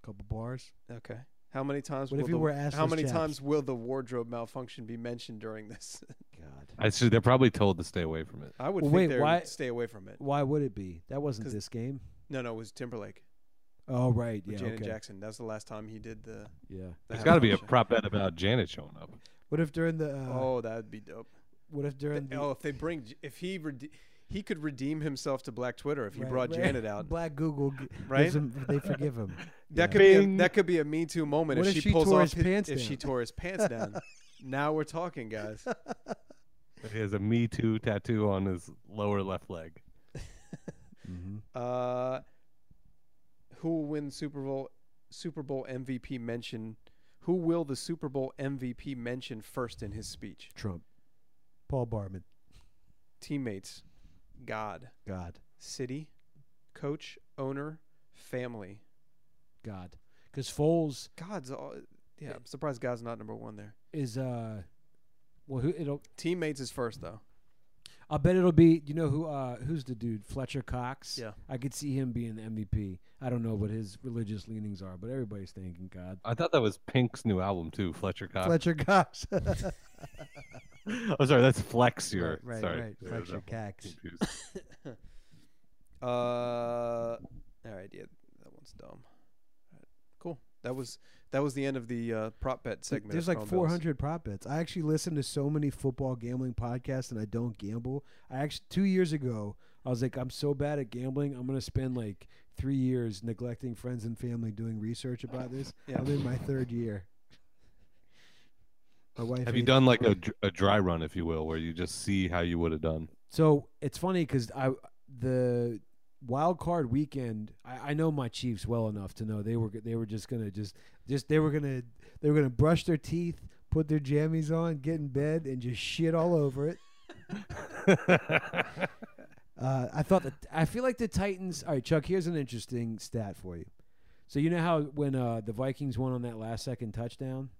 Speaker 2: couple bars
Speaker 3: Okay. How many times?
Speaker 2: What
Speaker 3: will
Speaker 2: if you
Speaker 3: the-
Speaker 2: were
Speaker 3: How
Speaker 2: assless
Speaker 3: many
Speaker 2: chaps?
Speaker 3: times will the wardrobe malfunction be mentioned during this?
Speaker 2: god
Speaker 8: I should, they're probably told to stay away from it.
Speaker 3: I would
Speaker 2: Well,
Speaker 3: think
Speaker 2: wait,
Speaker 3: they
Speaker 2: why-
Speaker 3: would stay away from it.
Speaker 2: Why would it be? That
Speaker 3: 'Cause-
Speaker 2: wasn't this game.
Speaker 3: No, no, it was Timberlake
Speaker 2: Oh right,
Speaker 3: with
Speaker 2: yeah,
Speaker 3: Janet
Speaker 2: okay.
Speaker 3: Jackson. That's the last time he did the.
Speaker 2: yeah.
Speaker 3: the
Speaker 8: There's got to be a
Speaker 3: malfunction.
Speaker 8: prop bet about Janet showing up.
Speaker 2: What if during the? Uh,
Speaker 3: Oh, that would be dope.
Speaker 2: What if
Speaker 3: Th-
Speaker 2: during the?
Speaker 3: oh, if they bring, J- if he, rede- he could redeem himself to Black Twitter if he
Speaker 2: Right,
Speaker 3: brought
Speaker 2: right.
Speaker 3: Janet out.
Speaker 2: Black Google, g-
Speaker 3: Right?
Speaker 2: gives him- they forgive him.
Speaker 3: That
Speaker 2: Yeah.
Speaker 3: could be a,
Speaker 8: Bing.
Speaker 3: that could be a Me Too moment
Speaker 2: What
Speaker 3: if,
Speaker 2: if she
Speaker 3: pulls
Speaker 2: tore
Speaker 3: off
Speaker 2: his
Speaker 3: his-
Speaker 2: pants
Speaker 3: if she
Speaker 2: down?
Speaker 3: tore his pants down. now we're talking, guys.
Speaker 8: He has a Me Too tattoo on his lower left leg.
Speaker 2: Mm-hmm.
Speaker 3: Uh, who will win Super Bowl Super Bowl MVP mention? Who will the Super Bowl MVP mention first in his speech?
Speaker 2: Trump, Paul Barman,
Speaker 3: Teammates, God,
Speaker 2: God,
Speaker 3: city, coach, owner, family.
Speaker 2: God, because Foles
Speaker 3: God's all. Yeah, I'm surprised God's not number one there.
Speaker 2: is uh, well, who it'll?
Speaker 3: Teammates is first though.
Speaker 2: I bet it'll be. You know who? Uh, who's the dude? Fletcher Cox.
Speaker 3: Yeah.
Speaker 2: I could see him being the MVP. I don't know what his religious leanings are, but everybody's thinking God.
Speaker 8: I thought that was Pink's new album too, Fletcher Cox.
Speaker 2: Fletcher Cox.
Speaker 8: Oh, sorry, that's Flex. Your
Speaker 2: right, right,
Speaker 8: sorry,
Speaker 2: right.
Speaker 8: Yeah,
Speaker 2: Fletcher
Speaker 8: I'm
Speaker 2: Cox.
Speaker 8: confused.
Speaker 3: Uh, all right, yeah, that one's dumb. Alright, Cool. That was that was the end of the uh, prop bet
Speaker 2: Th-
Speaker 3: segment.
Speaker 2: There's
Speaker 3: of
Speaker 2: like
Speaker 3: Chrome Bills.
Speaker 2: 400 prop bets. I actually listen to so many football gambling podcasts, and I don't gamble. I actually two years ago, I was like, I'm so bad at gambling. I'm gonna spend like three years neglecting friends and family doing research about this.
Speaker 3: Yeah.
Speaker 2: I'm in my third year. My wife.
Speaker 8: Have you
Speaker 2: hates-
Speaker 8: done like
Speaker 2: Hmm.
Speaker 8: a, dr- a dry run, if you will, where you just see how you would have done?
Speaker 2: So it's funny because I the wild card weekend. I, I know my Chiefs well enough to know they were they were just gonna just just they were gonna they were gonna brush their teeth, put their jammies on, get in bed, and just shit all over it. Uh, I thought that I feel like the Titans. All right, Chuck. Here's an interesting stat for you. So you know how when uh, the Vikings won on that last second touchdown.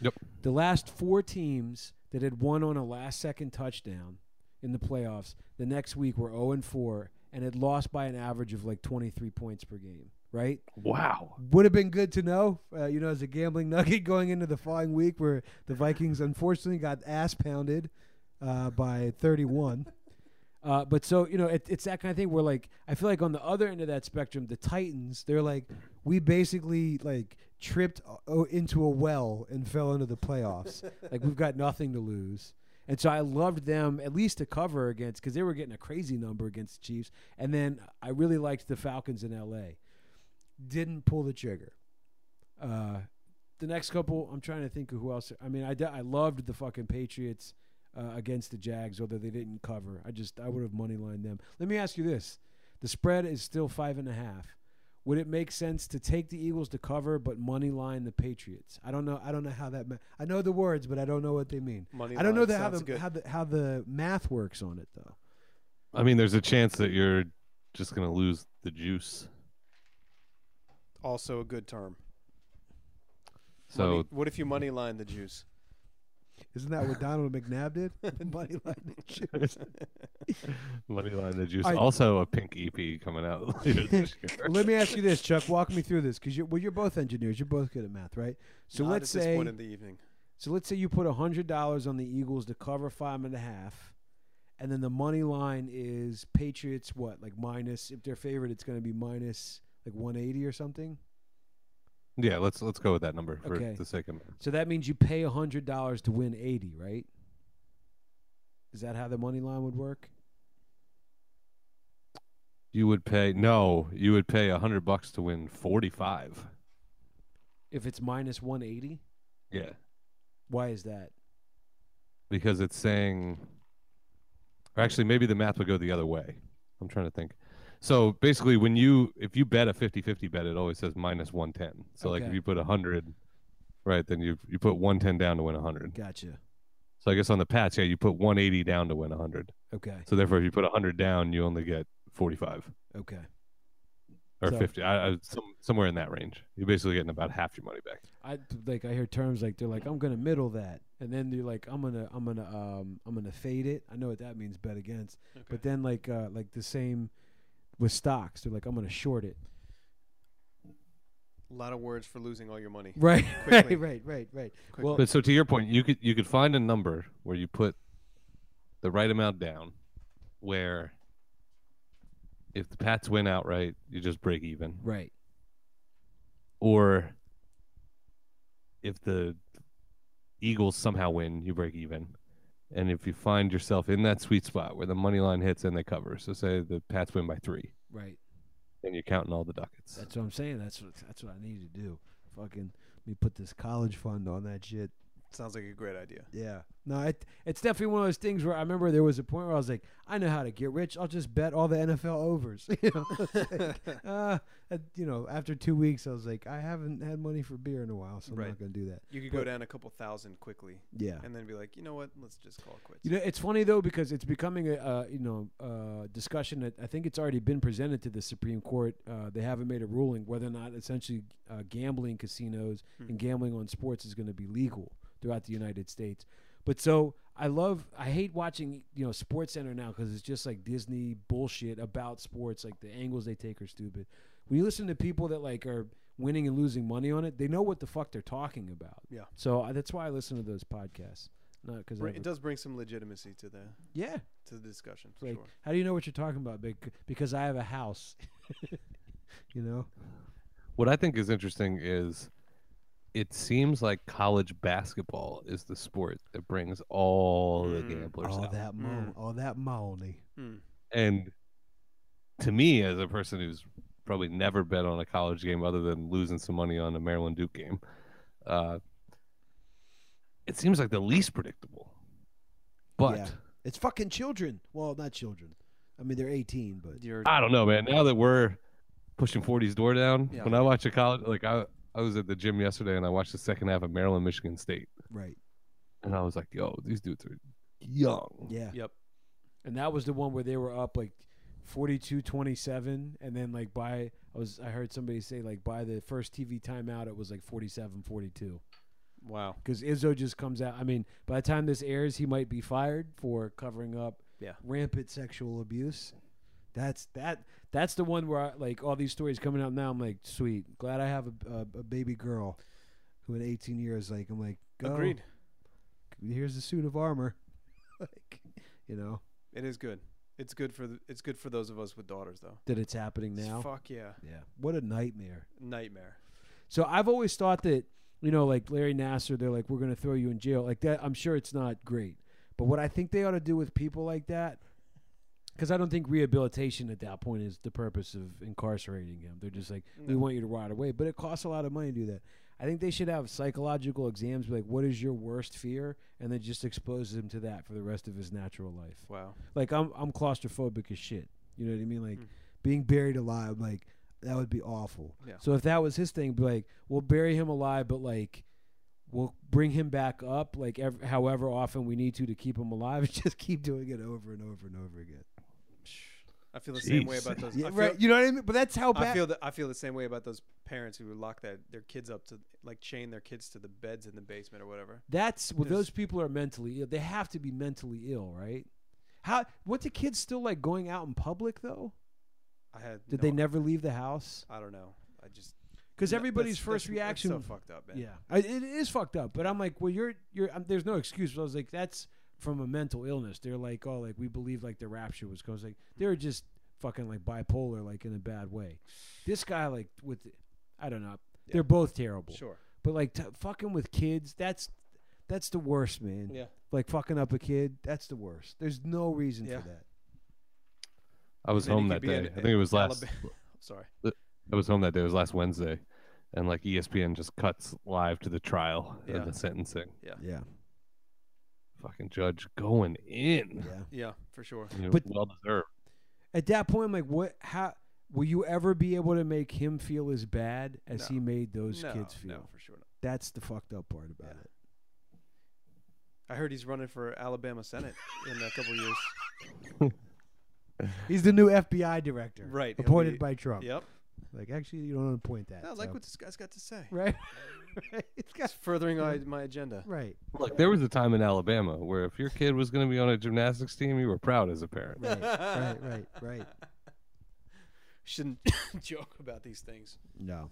Speaker 8: Yep.
Speaker 2: The last four teams that had won on a last second touchdown in the playoffs the next week were 0 and 4 and had lost by an average of like 23 points per game, right?
Speaker 8: wow.
Speaker 2: Would have been good to know, uh, you know, as a gambling nugget going into the following week where the Vikings unfortunately got ass pounded uh, by 31. Uh, but so you know, it, it's that kind of thing where like I feel like on the other end of that spectrum, the Titans, they're like we basically like tripped uh, o- into a well and fell into the playoffs. like we've got nothing to lose. And so I loved them at least to cover against because they were getting a crazy number against the Chiefs. And then I really liked the Falcons in L.A. Didn't pull the trigger. Uh, the next couple, I'm trying to think of who else. I mean, I, de- I loved the fucking Patriots uh, against the Jags, although they didn't cover. I just I would have money lined them. Let me ask you this: the spread is still five and a half. Would it make sense to take the Eagles to cover but money line the Patriots? I don't know. I don't know how that. Ma- I know the words, but I don't know what they mean.
Speaker 3: Money
Speaker 2: I don't know
Speaker 3: line
Speaker 2: the, how
Speaker 3: sounds
Speaker 2: the
Speaker 3: good.
Speaker 2: how the how the math works on it though.
Speaker 8: I mean, there's a chance that you're just gonna lose the juice.
Speaker 3: Also a good term.
Speaker 8: So
Speaker 3: Money- what if you money line the juice?
Speaker 2: Isn't that what Donald McNabb did? Money line and shoes.
Speaker 8: Moneyline the Juice.
Speaker 2: I-
Speaker 8: also a pink EP coming out later this year.
Speaker 2: Let me ask you this, Chuck. Walk me through this, because you're well, you're both engineers. You're both good at math, right? So
Speaker 3: Not
Speaker 2: let's
Speaker 3: at
Speaker 2: say
Speaker 3: this point in the evening.
Speaker 2: So let's say you put hundred dollars on the Eagles to cover five and a half, and then the money line is Patriots. What like minus? If they're favorite, it's going to be minus like one eighty or something.
Speaker 8: Yeah, let's let's go with that number for
Speaker 2: Okay.
Speaker 8: the sake of it.
Speaker 2: So that means you pay hundred dollars to win eighty, right? Is that how the money line would work?
Speaker 8: You would pay no, you would pay a hundred bucks to win forty five.
Speaker 2: If it's minus one eighty,
Speaker 8: Yeah.
Speaker 2: why is that?
Speaker 8: Because it's saying or actually maybe the math would go the other way. I'm trying to think. So basically when you if you bet a 50-50 bet, it always says minus one ten. So like if
Speaker 2: Okay.
Speaker 8: you put a hundred right, then you you put one ten down to win a hundred.
Speaker 2: Gotcha.
Speaker 8: So I guess on the Pats, yeah, you put one eighty down to win a hundred.
Speaker 2: Okay.
Speaker 8: So therefore if you put a hundred down, you only get forty five.
Speaker 2: Okay.
Speaker 8: or
Speaker 2: So-
Speaker 8: 50 I, I, some, somewhere in that range you're basically getting about half your money back
Speaker 2: I like I hear terms like they're like I'm gonna middle that, and then they're like I'm gonna I'm gonna um I'm gonna fade it. I know what that means, bet against. But then like uh like the same with stocks, they're like I'm gonna short it.
Speaker 3: A lot of words for losing all your money.
Speaker 2: Right,
Speaker 3: Quickly.
Speaker 2: right, right, right, right.
Speaker 3: Quickly.
Speaker 2: Well,
Speaker 8: but so to your point you could you could find a number where you put the right amount down where if the pats win outright you just break even
Speaker 2: right,
Speaker 8: or if the eagles somehow win you break even and if you find yourself in that sweet spot where the money line hits and they cover so say the pats win by three
Speaker 2: right.
Speaker 8: then you're counting all the ducats
Speaker 2: That's what I'm saying. That's what that's what I need to do. Fucking let me put this college fund on that shit.
Speaker 3: Sounds like a great idea.
Speaker 2: Yeah. No, it, it's definitely one of those things where I remember there was a point where I was like, I know how to get rich. I'll just bet all the NFL overs. you know, It's like, uh, uh, you know, after two weeks, I was like, I haven't had money for beer in a while, so I'm
Speaker 3: Right.
Speaker 2: not going to do that.
Speaker 3: You could go
Speaker 2: But-
Speaker 3: down a couple thousand quickly
Speaker 2: Yeah.
Speaker 3: and then be like, you know what? Let's just call it quits.
Speaker 2: You know, it's funny though because it's becoming a uh, you know uh, discussion that I think it's already been presented to the Supreme Court. Uh, they haven't made a ruling whether or not essentially uh, gambling casinos
Speaker 3: Hmm.
Speaker 2: and gambling on sports is going to be legal throughout the United States. But so I love I hate watching you know Sports Center now because it's just like Disney bullshit about sports. Like the angles they take are stupid. When you listen to people that like are winning and losing money on it, they know what the fuck they're talking about.
Speaker 3: Yeah.
Speaker 2: So I, that's why I listen to those podcasts. Not because
Speaker 3: Br- it does bring some legitimacy to the
Speaker 2: yeah.
Speaker 3: to the discussion.
Speaker 2: It's
Speaker 3: For
Speaker 2: like,
Speaker 3: sure.
Speaker 2: how do you know what you're talking about? Bec- Because I have a house. you know?
Speaker 8: What I think is interesting is it seems like college basketball is the sport that brings all the
Speaker 3: Mm.
Speaker 8: gamblers
Speaker 2: all
Speaker 8: out.
Speaker 2: that, mo-
Speaker 3: Mm.
Speaker 2: all that money.
Speaker 3: Hmm.
Speaker 8: And to me, as a person who's probably never bet on a college game other than losing some money on a Maryland Duke game, uh, it seems like the least predictable. But
Speaker 2: Yeah. It's fucking children. Well, not children. I mean, they're 18, but
Speaker 3: You're-
Speaker 8: I don't know, man. Now that we're pushing 40's door down,
Speaker 3: Yeah.
Speaker 8: when I watch a college, like I, I was at the gym yesterday and I watched the second half of Maryland Michigan State.
Speaker 2: right.
Speaker 8: and I was like, "Yo, these dudes are young."
Speaker 2: Yeah.
Speaker 3: Yep.
Speaker 2: And that was the one where they were up like 42 27. And then, like, by, I was, I heard somebody say, like, by the first TV timeout, it was like 47 42.
Speaker 3: Wow.
Speaker 2: Because Izzo just comes out. I mean, by the time this airs, he might be fired for covering up
Speaker 3: Yeah.
Speaker 2: rampant sexual abuse. That's that. That's the one where I, like all these stories coming out now. I'm like, sweet, glad I have a, a, a baby girl who at 18 years, like, I'm like, go,
Speaker 3: Agreed.
Speaker 2: Here's a suit of armor, like, you know,
Speaker 3: It is good. It's good for the, it's good for those of us with daughters though.
Speaker 2: that it's happening
Speaker 3: It's
Speaker 2: now.
Speaker 3: Fuck yeah.
Speaker 2: yeah, what a nightmare.
Speaker 3: Nightmare.
Speaker 2: So I've always thought that, you know, like Larry Nasser, they're like, we're going to throw you in jail. Like that, I'm sure it's not great. But what I think they ought to do with people like that, because I don't think rehabilitation at that point is the purpose of incarcerating him. They're just like, we want you to rot away. But it costs a lot of money to do that. I think they should have psychological exams, be like, what is your worst fear? And then just expose him to that for the rest of his natural life
Speaker 3: Wow.
Speaker 2: like I'm I'm claustrophobic as shit. You know what I mean?
Speaker 3: Mm.
Speaker 2: Like being buried alive, like that would be awful.
Speaker 3: Yeah.
Speaker 2: So if that was his thing, be like we'll bury him alive, but like we'll bring him back up, like ev- however often we need to to keep him alive, and just keep doing it over and over and over again.
Speaker 3: I feel the same way
Speaker 8: Jeez.
Speaker 3: about those.
Speaker 2: Yeah,
Speaker 3: I feel,
Speaker 2: right. You know what I mean? But that's how bad.
Speaker 3: I feel that I feel the same way about those parents who lock their, their kids up to like chain their kids to the beds in the basement or whatever.
Speaker 2: That's well,
Speaker 3: There's-
Speaker 2: those people are mentally ill. They have to be mentally ill, right? How? What the kids still like going out in public though?
Speaker 3: I had
Speaker 2: Did
Speaker 3: no-
Speaker 2: they never leave the house?
Speaker 3: I don't know. I just
Speaker 2: Because
Speaker 3: No,
Speaker 2: everybody's
Speaker 3: that's-
Speaker 2: first
Speaker 3: that's-
Speaker 2: reaction,
Speaker 3: That's so fucked up, man.
Speaker 2: yeah, I, it is fucked up. But I'm like, well, you're you're. Um, there's no excuse. But I was like, that's from a mental illness. They're like, oh, like we believe like the rapture was because like they're just fucking like bipolar, like in a bad way. This guy, like with, I don't know.
Speaker 3: Yeah.
Speaker 2: They're both terrible.
Speaker 3: Sure.
Speaker 2: But like t- fucking with kids, that's that's the worst, man.
Speaker 3: Yeah.
Speaker 2: Like fucking up a kid, that's the worst. There's no reason
Speaker 3: Yeah.
Speaker 2: for that.
Speaker 8: I was
Speaker 3: And then
Speaker 8: home
Speaker 3: you
Speaker 8: that
Speaker 3: could be
Speaker 8: day.
Speaker 3: in
Speaker 8: I think it was last.
Speaker 3: Alabama- Sorry.
Speaker 8: I was home that day. It was last Wednesday, and like E ESPN just cuts live to the trial
Speaker 3: Yeah.
Speaker 8: and the sentencing.
Speaker 2: Yeah.
Speaker 8: Fucking judge going in.
Speaker 2: Yeah.
Speaker 3: Yeah, for sure.
Speaker 8: You know,
Speaker 2: But-
Speaker 8: well deserved.
Speaker 2: At that point, I'm like, what how will you ever be able to make him feel as bad as
Speaker 3: No.
Speaker 2: he made those
Speaker 3: no,
Speaker 2: kids feel?
Speaker 3: No, for sure not.
Speaker 2: That's the fucked up part about it.
Speaker 3: I heard he's running for Alabama Senate in a couple years.
Speaker 2: He's the new FBI director.
Speaker 3: Right, he'll
Speaker 2: Appointed
Speaker 3: be-
Speaker 2: by Trump.
Speaker 3: Yep.
Speaker 2: Like actually you don't want to point that.
Speaker 3: No, I like
Speaker 2: so-
Speaker 3: what this guy's got to say.
Speaker 2: Right. right. It's got
Speaker 3: It's furthering my, my agenda.
Speaker 2: right.
Speaker 8: Look, there was a time in Alabama where if your kid was going to be on a gymnastics team, you were proud as a parent.
Speaker 2: Right. right. Right. Right.
Speaker 3: Shouldn't joke about these things.
Speaker 2: No.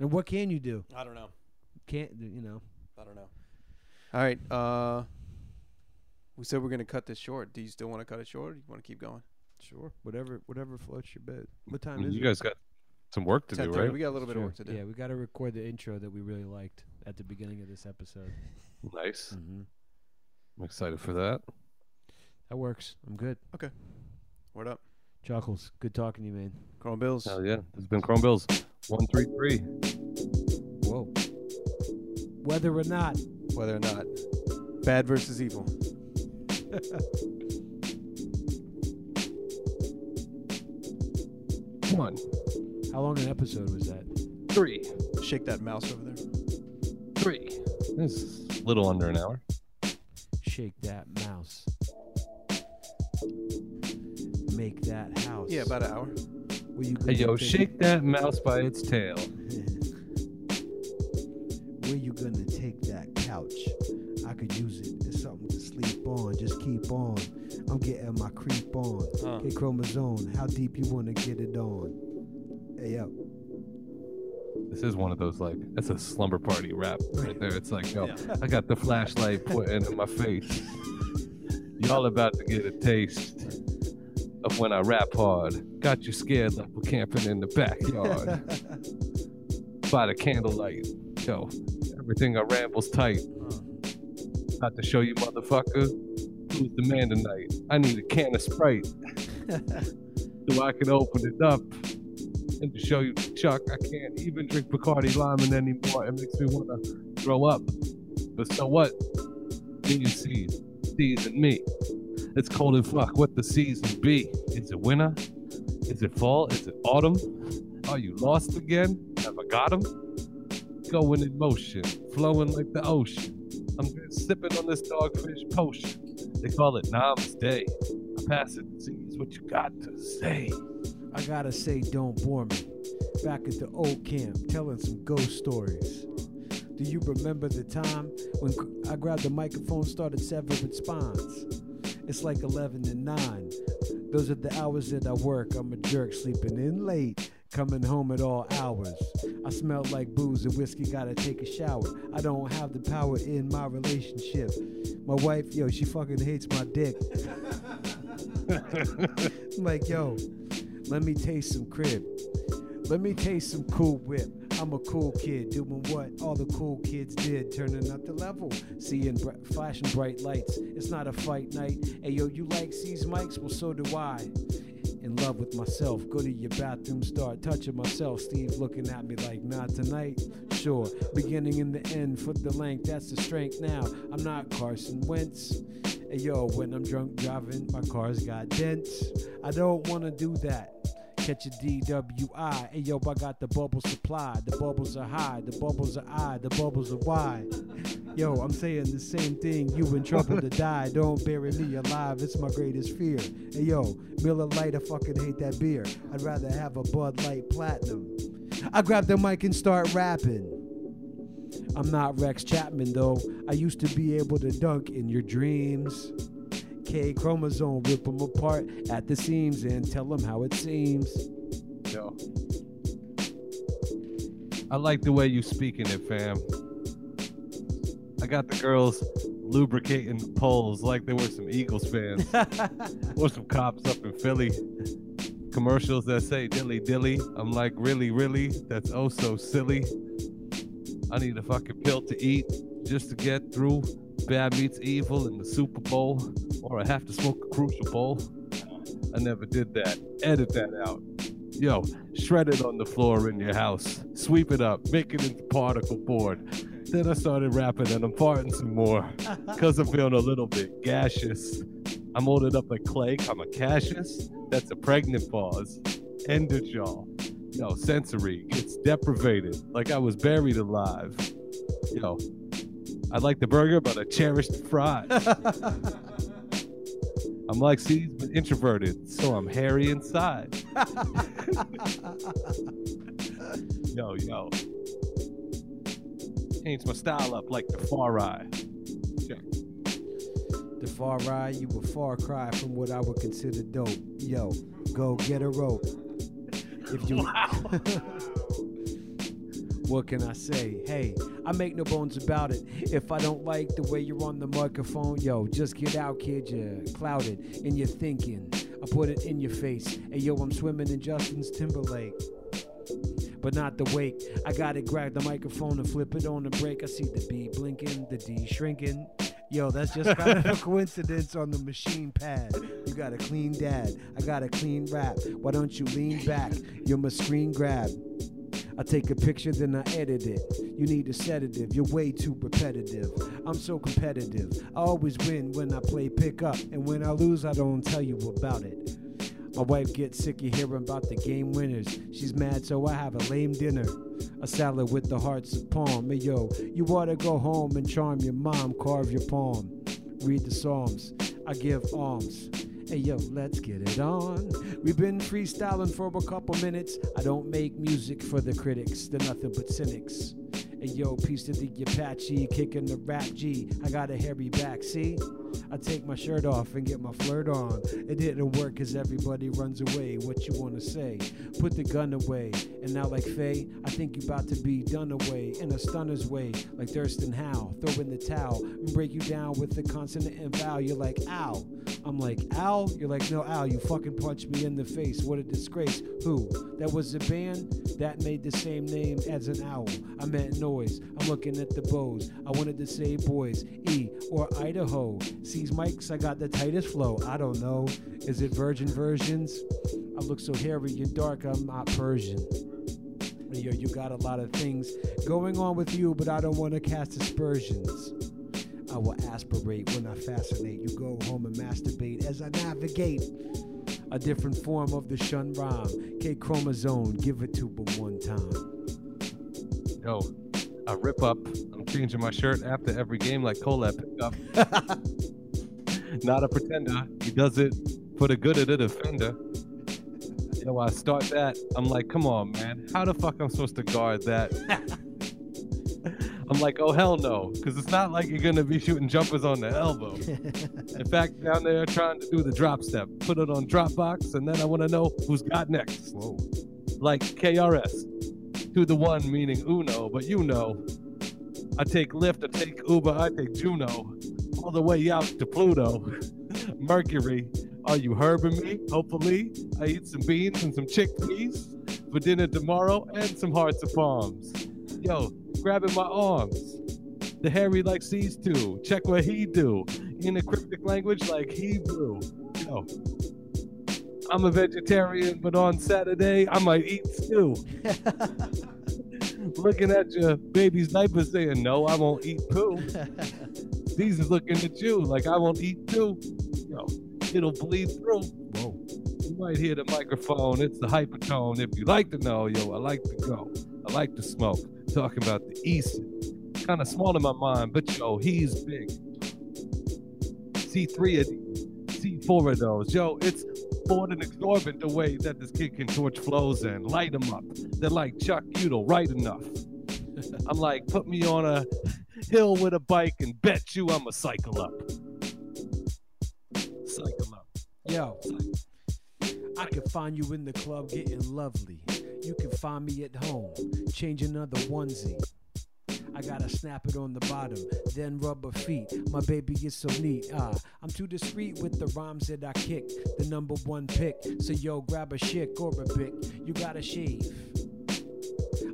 Speaker 2: And what can you do?
Speaker 3: I don't know.
Speaker 2: Can't you know?
Speaker 3: I don't know. All right. Uh, we said we're going to cut this short. Do you still want to cut it short? Or you want to keep going?
Speaker 2: Sure. Whatever whatever floats your boat. What
Speaker 8: I
Speaker 2: time
Speaker 8: mean,
Speaker 2: is
Speaker 8: you
Speaker 2: it?
Speaker 8: guys got some work to do,
Speaker 3: 10:30.
Speaker 8: right?
Speaker 3: We got a little bit of
Speaker 2: Sure.
Speaker 3: work to do.
Speaker 2: Yeah, we got to record the intro that we really liked at the beginning of this episode.
Speaker 8: Nice.
Speaker 2: mm-hmm.
Speaker 8: I'm excited for that.
Speaker 2: That works. I'm good.
Speaker 3: Word up.
Speaker 2: Chuckles, good talking to you, man.
Speaker 3: Chrome Bills.
Speaker 8: Hell yeah. This has been Chrome Bills 133.
Speaker 2: Whoa. Whether or not.
Speaker 3: Whether or not. Bad versus evil.
Speaker 8: One,
Speaker 2: How long an episode was that?
Speaker 8: three,
Speaker 3: Shake that mouse over there.
Speaker 8: three. This is a little under an hour.
Speaker 2: Shake that mouse. Make that house.
Speaker 3: Yeah, about an hour.
Speaker 2: Will you go
Speaker 8: Hey, yo,
Speaker 2: take it-
Speaker 8: shake that mouse by its tail.
Speaker 2: Where you gonna take that couch? I could use it as something to sleep on. Just keep on. I'm getting my creep on.
Speaker 3: Huh.
Speaker 2: Get chromosome. How deep you wanna get it on? Hey yo.
Speaker 8: This is one of those, like, that's a slumber party rap right there. It's like, yo,
Speaker 3: Yeah.
Speaker 8: I got the flashlight put into my face. Y'all about to get a taste of when I rap hard. Got you scared like we're camping in the backyard. by the candlelight. Yo, everything I rambles tight. About to show you, motherfucker, who's the man tonight. I need a can of Sprite so I can open it up. And to show you, Chuck, I can't even drink Bacardi Limon anymore. It makes me want to throw up. But so what? Do you see? Season me. It's cold and fuck. What the season be? Is it winter? Is it fall? Is it autumn? Are you lost again? Have I got him? Going in motion, flowing like the ocean. I'm just sipping on this dogfish potion. They call it Namaste. I pass it, sees what you got to say.
Speaker 2: I gotta say, don't bore me. Back at the old camp, telling some ghost stories. Do you remember the time when c- I grabbed the microphone, started severing spines? It's like 11 to 9. Those are the hours that I work. I'm a jerk, sleeping in late, coming home at all hours. I smell like booze and whiskey, gotta take a shower. I don't have the power in my relationship. My wife, yo, she fucking hates my dick. I'm like, yo, let me taste some crib. Let me taste some cool whip. I'm a cool kid doing what all the cool kids did, turning up the level, seeing br- flashing bright lights. It's not a fight night. Hey yo, you like these mics? Well, so do I. In love with myself, go to your bathroom, start touching myself. Steve looking at me like, not tonight. Sure, beginning in the end, foot the length, that's the strength. Now I'm not Carson Wentz. Hey yo, when I'm drunk driving, my car's got dents. I don't wanna do that. Catch a DWI. Hey yo, I got the bubble supply. The bubbles are high, the bubbles are high, the bubbles are wide. Yo, I'm saying the same thing. You in trouble to die. Don't bury me alive. It's my greatest fear. Hey, yo, Miller Lite, I fucking hate that beer. I'd rather have a Bud Light Platinum. I grab the mic and start rapping. I'm not Rex Chapman, though. I used to be able to dunk in your dreams. K chromosome, rip them apart at the seams and tell them how it seems.
Speaker 8: Yo. I like the way you speaking it, fam. I got the girls lubricating the poles like they were some Eagles fans or some cops up in Philly. Commercials that say dilly dilly. I'm like, really, really? That's oh so silly. I need a fucking pill to eat just to get through. Bad meets evil in the Super Bowl, or I have to smoke a crucial bowl. I never did that. Edit that out. Yo, shred it on the floor in your house. Sweep it up. Make it into particle board. Then I started rapping and I'm farting some more. Cause I'm feeling a little bit gaseous. I'm holding up a clay. I'm a cassius. That's a pregnant pause. End it, y'all. Yo, sensory. It's deprivated. Like I was buried alive. Yo, I like the burger, but I cherish the fries. I'm like C's, but introverted, so I'm hairy inside. yo, yo. Change my style up like the far eye.
Speaker 2: The far right, you a far cry from what I would consider dope. Yo, go get a rope. If you What can I say? Hey, I make no bones about it. If I don't like the way you're on the microphone, yo, just get out, kid. You're clouded in your thinking. I put it in your face. Hey, yo, I'm swimming in Justin's Timberlake. But not the wake. I gotta grab the microphone and flip it on the break. I see the B blinking, the D shrinking. Yo, that's just kind of a coincidence on the machine pad. You got a clean dad. I got a clean rap. Why don't you lean back? You're my screen grab. I take a picture, then I edit it. You need a sedative, you're way too repetitive. I'm so competitive. I always win when I play pickup, and when I lose, I don't tell you about it. My wife gets sick of hearing about the game winners. She's mad, so I have a lame dinner. A salad with the hearts of palm. Hey, yo, you ought to go home and charm your mom, carve your palm. Read the Psalms, I give alms. Hey, yo, let's get it on. We've been freestyling for a couple minutes. I don't make music for the critics, they're nothing but cynics. Hey, yo, piece to the Apache, kicking the rap G. I got a hairy back, see? I take my shirt off and get my flirt on. It didn't work because everybody runs away. What you want to say? Put the gun away. And now, like Faye, I think you about to be done away in a stunner's way, like Thurston Howe. Throw in the towel and break you down with the consonant and vowel. You're like, ow. I'm like, ow? You're like, no, ow. You fucking punched me in the face. What a disgrace. Who? That was a band that made the same name as an owl. I meant noise. I'm looking at the bows. I wanted to say boys, E or Idaho. Sees mics, I got the tightest flow. I don't know. Is it virgin versions? I look so hairy, you're dark, I'm not Persian. Yo, you got a lot of things going on with you, but I don't want to cast aspersions. I will aspirate when I fascinate. You go home and masturbate as I navigate a different form of the shun rhyme. K chromosome, give it to but one time.
Speaker 8: Yo, I rip up. I'm changing my shirt after every game like Colette picked up. Not a pretender. He does it for the good of the defender. Yo, I start that. I'm like, come on, man. How the fuck I'm supposed to guard that? I'm like, oh hell no, because it's not like you're gonna be shooting jumpers on the elbow. In fact, down there trying to do the drop step, put it on Dropbox, and then I want to know who's got next. Whoa. Like KRS, to the one meaning Uno, but you know, I take Lyft, I take Uber, I take Juno, all the way out to Pluto, Mercury. Are you herbing me? Hopefully, I eat some beans and some chickpeas for dinner tomorrow, and some hearts of palms. Yo, grabbing my arms. The hairy like sees to. Check what he do. In a cryptic language like Hebrew. Yo. I'm a vegetarian, but on Saturday I might eat stew. looking at your baby's diaper saying, No, I won't eat poo. These is looking at you like I won't eat too. Yo, it'll bleed through. Whoa. You might hear the microphone. It's the hypertone. If you like to know, yo, I like to go. I like to smoke. Talking about the East. kind of small in my mind, but yo, he's big. See three of these, see four of those. Yo, it's more than exorbitant the way that this kid can torch flows and light them up. They're like Chuck Udall, right enough. I'm like, put me on a hill with a bike and bet you I'm a cycle up. Cycle up.
Speaker 2: Yo, I can find you in the club getting lovely. You can find me at home, change another onesie. I gotta snap it on the bottom, then rubber feet. My baby is so neat. Ah, I'm too discreet with the rhymes that I kick. The number one pick. So yo, grab a chick or a pick. You gotta shave.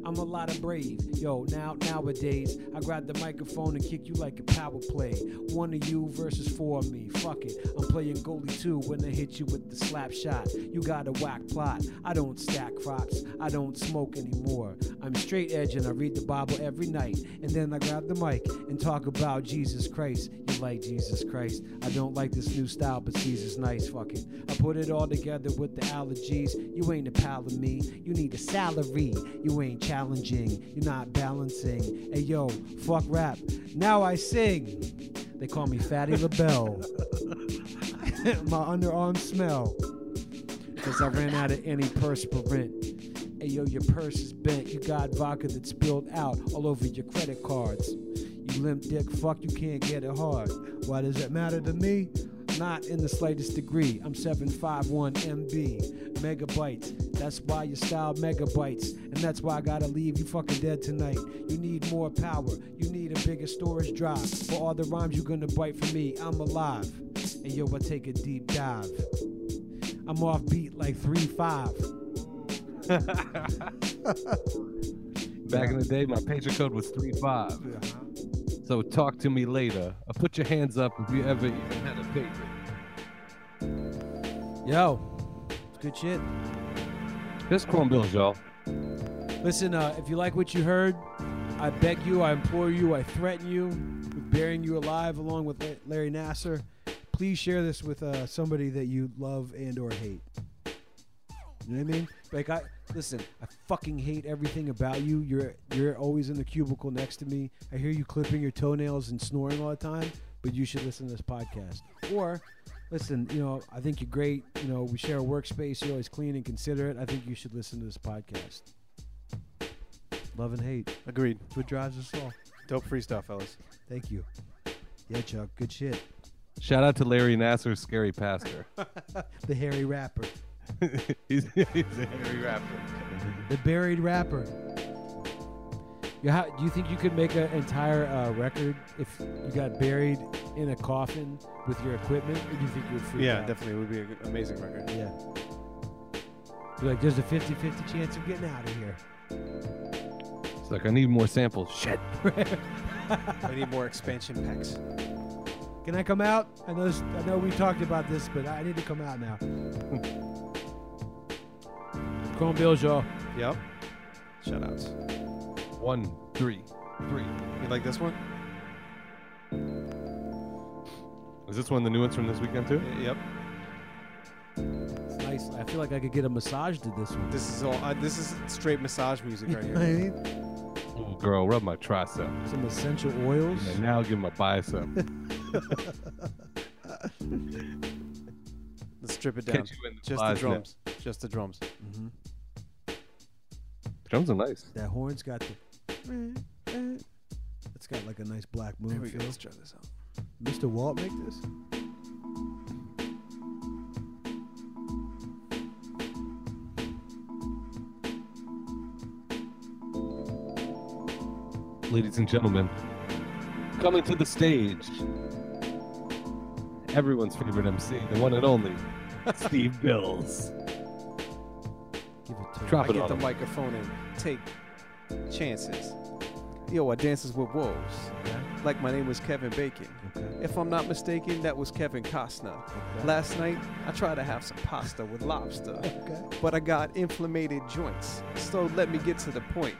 Speaker 2: I'm a lot of brave. Yo, now nowadays, I grab the microphone and kick you like a power play. One of you versus four of me. Fuck it. I'm playing goalie too when I hit you with the slap shot. You got a whack plot. I don't stack crops. I don't smoke anymore. I'm straight edge and I read the Bible every night. And then I grab the mic and talk about Jesus Christ. You like Jesus Christ. I don't like this new style, but Jesus nice fucking. I put it all together with the allergies. You ain't a pal of me. You need a salary. You ain't challenging. You're not balancing. Hey yo, fuck rap. Now I sing. They call me Fatty LaBelle. My underarm smell. Cause I ran out of any perspirant. Hey yo, your purse is bent. You got vodka that spilled out all over your credit cards. You limp dick, fuck, you can't get it hard. Why does it matter to me? Not in the slightest degree. I'm 751 MB. Megabytes. That's why your style megabytes. And that's why I gotta leave you fucking dead tonight. You need more power. You need a bigger storage drive. For all the rhymes you're gonna bite from me, I'm alive. And yo, I take a deep dive. I'm off beat like 3 5.
Speaker 8: Back in the day, my pager code was three five. So talk to me later. Uh, put your hands up if you ever even had a pager.
Speaker 2: Yo, it's good shit.
Speaker 8: This cornbills, y'all.
Speaker 2: Listen, uh, if you like what you heard, I beg you, I implore you, I threaten you with burying you alive along with La- Larry Nasser. Please share this with uh, somebody that you love and or hate. You know what I mean? Like I listen, I fucking hate everything about you. You're you're always in the cubicle next to me. I hear you clipping your toenails and snoring all the time, but you should listen to this podcast. Or listen, you know, I think you're great. You know, we share a workspace. You're always clean and considerate. I think you should listen to this podcast. Love and hate.
Speaker 3: Agreed.
Speaker 2: It's what drives us all.
Speaker 3: Dope free stuff, fellas.
Speaker 2: Thank you. Yeah, Chuck. Good shit.
Speaker 8: Shout out to Larry Nasser, scary pastor.
Speaker 2: The hairy rapper.
Speaker 8: he's, he's a hairy rapper.
Speaker 2: The buried rapper. You ha- do you think you could make an entire uh, record if you got buried in a coffin with your equipment? Or do you think you would freak
Speaker 3: Yeah,
Speaker 2: out?
Speaker 3: definitely. It would be an amazing record.
Speaker 2: Yeah. You're like, there's a 50 50 chance of getting out of here.
Speaker 8: It's like I need more samples. Shit.
Speaker 3: I need more expansion packs.
Speaker 2: Can I come out? I know, this, I know we talked about this, but I need to come out now. Chrome Bills, y'all.
Speaker 3: Yep. Shoutouts.
Speaker 8: One, three, three.
Speaker 3: You like this one?
Speaker 8: Is this one of the new ones from this weekend too?
Speaker 3: Y- Yep.
Speaker 2: It's nice. I feel like I could get a massage to this one.
Speaker 3: This is all. Uh, this is straight massage music right
Speaker 2: You know what I
Speaker 3: here.
Speaker 2: mean?
Speaker 8: Ooh, girl, rub my tricep.
Speaker 2: Some essential oils.
Speaker 8: And now give my bicep.
Speaker 3: Let's strip it down.
Speaker 8: Catch you in the
Speaker 3: Just the
Speaker 8: flies neck.
Speaker 3: drums. Just the drums.
Speaker 8: Drums are nice.
Speaker 2: That horn's got the. It's got like a nice black moon
Speaker 3: There we go.
Speaker 2: feel.
Speaker 3: Let's try this out.
Speaker 2: Mr. Walt make this?
Speaker 8: Ladies and gentlemen, coming to the stage, everyone's favorite MC, the one and only, Steve Bills.
Speaker 2: Give it to him.
Speaker 8: Drop
Speaker 3: I
Speaker 8: it
Speaker 3: get
Speaker 8: on
Speaker 3: the
Speaker 8: him.
Speaker 3: microphone and take chances. Yo, I dances with wolves. Like my name was Kevin Bacon.
Speaker 2: Okay.
Speaker 3: If I'm not mistaken, that was Kevin Costner. Last night, I tried to have some pasta with lobster,
Speaker 2: Okay.
Speaker 3: but I got inflamed joints. So let me get to the point.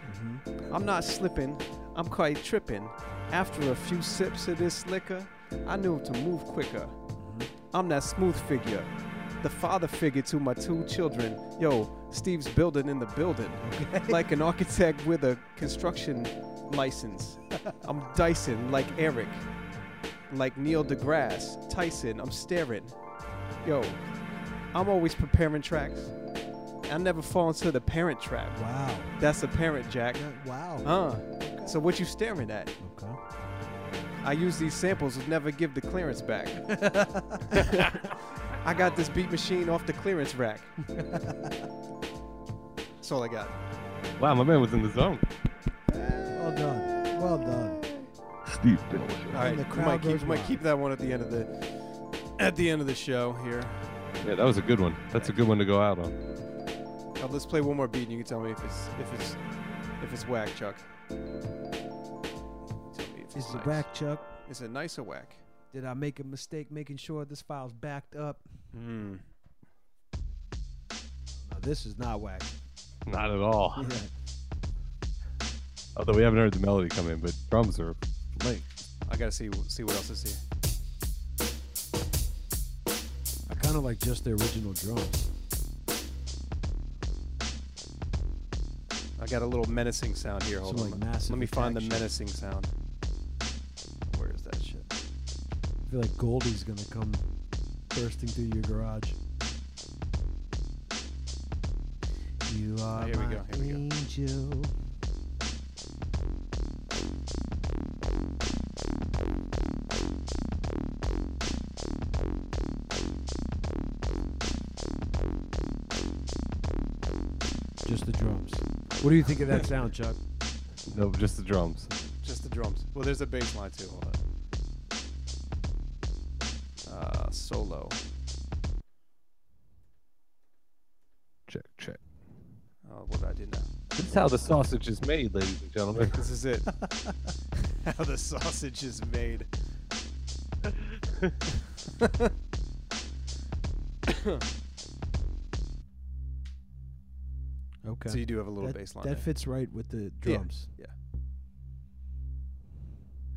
Speaker 3: I'm not slipping, I'm quite tripping. After a few sips of this liquor, I knew to move quicker. I'm that smooth figure. the father figure to my two children. Yo, Steve's building in the building. Like an architect with a construction license. I'm Dyson, like Eric. Like Neil deGrasse. Tyson, I'm staring. Yo, I'm always preparing tracks. I never fall into the parent trap.
Speaker 2: Wow.
Speaker 3: That's a parent, Jack.
Speaker 2: Yeah, Wow.
Speaker 3: Huh. So what you staring at?
Speaker 2: Okay.
Speaker 3: I use these samples to never give the clearance back. I got this beat machine off the clearance rack. That's all I got.
Speaker 8: Wow, my man was in the zone.
Speaker 2: Well done. Well done.
Speaker 8: Steve Delisher.
Speaker 3: All right,
Speaker 2: the
Speaker 3: we
Speaker 2: crowd
Speaker 3: might keep,
Speaker 2: goes
Speaker 3: we might
Speaker 2: wild.
Speaker 3: keep that one at the end of the at the end of the show here.
Speaker 8: Yeah, that was a good one. That's a good one to go out on.
Speaker 3: Now, Uh, let's play one more beat, and you can tell me if it's if it's if it's whack, Chuck. Tell me if
Speaker 2: Is
Speaker 3: it's
Speaker 2: it
Speaker 3: nice.
Speaker 2: back, Chuck?
Speaker 3: Is it nice or whack?
Speaker 2: Did I make a mistake making sure this file's backed up?
Speaker 3: Hmm.
Speaker 2: No, this is not whack.
Speaker 8: Not at all.
Speaker 2: Yeah.
Speaker 8: Although we haven't heard the melody come in, but drums are like
Speaker 3: I gotta see see what else is here.
Speaker 2: I kind of like just the original drums.
Speaker 3: I got a little menacing sound here. Hold
Speaker 2: Some,
Speaker 3: on.
Speaker 2: like, massive
Speaker 3: Let me find the
Speaker 2: attack shit.
Speaker 3: menacing sound. Where is that shit?
Speaker 2: I feel like Goldie's gonna come bursting through your garage. You are
Speaker 3: Oh, here we
Speaker 2: my
Speaker 3: go, here we go.
Speaker 2: angel.
Speaker 1: Just the drums. What do you think of that sound, Chuck?
Speaker 8: no, just the drums.
Speaker 3: Just the drums. Well, there's a bass line too. Hold on. Uh, solo.
Speaker 8: Check, check.
Speaker 3: Oh, what did I do now?
Speaker 8: This is how the sausage is made, ladies and gentlemen.
Speaker 3: This is it. How the sausage is made.
Speaker 2: Okay.
Speaker 3: So you do have a little
Speaker 2: that,
Speaker 3: bass line.
Speaker 2: that
Speaker 3: there.
Speaker 2: fits right with the drums.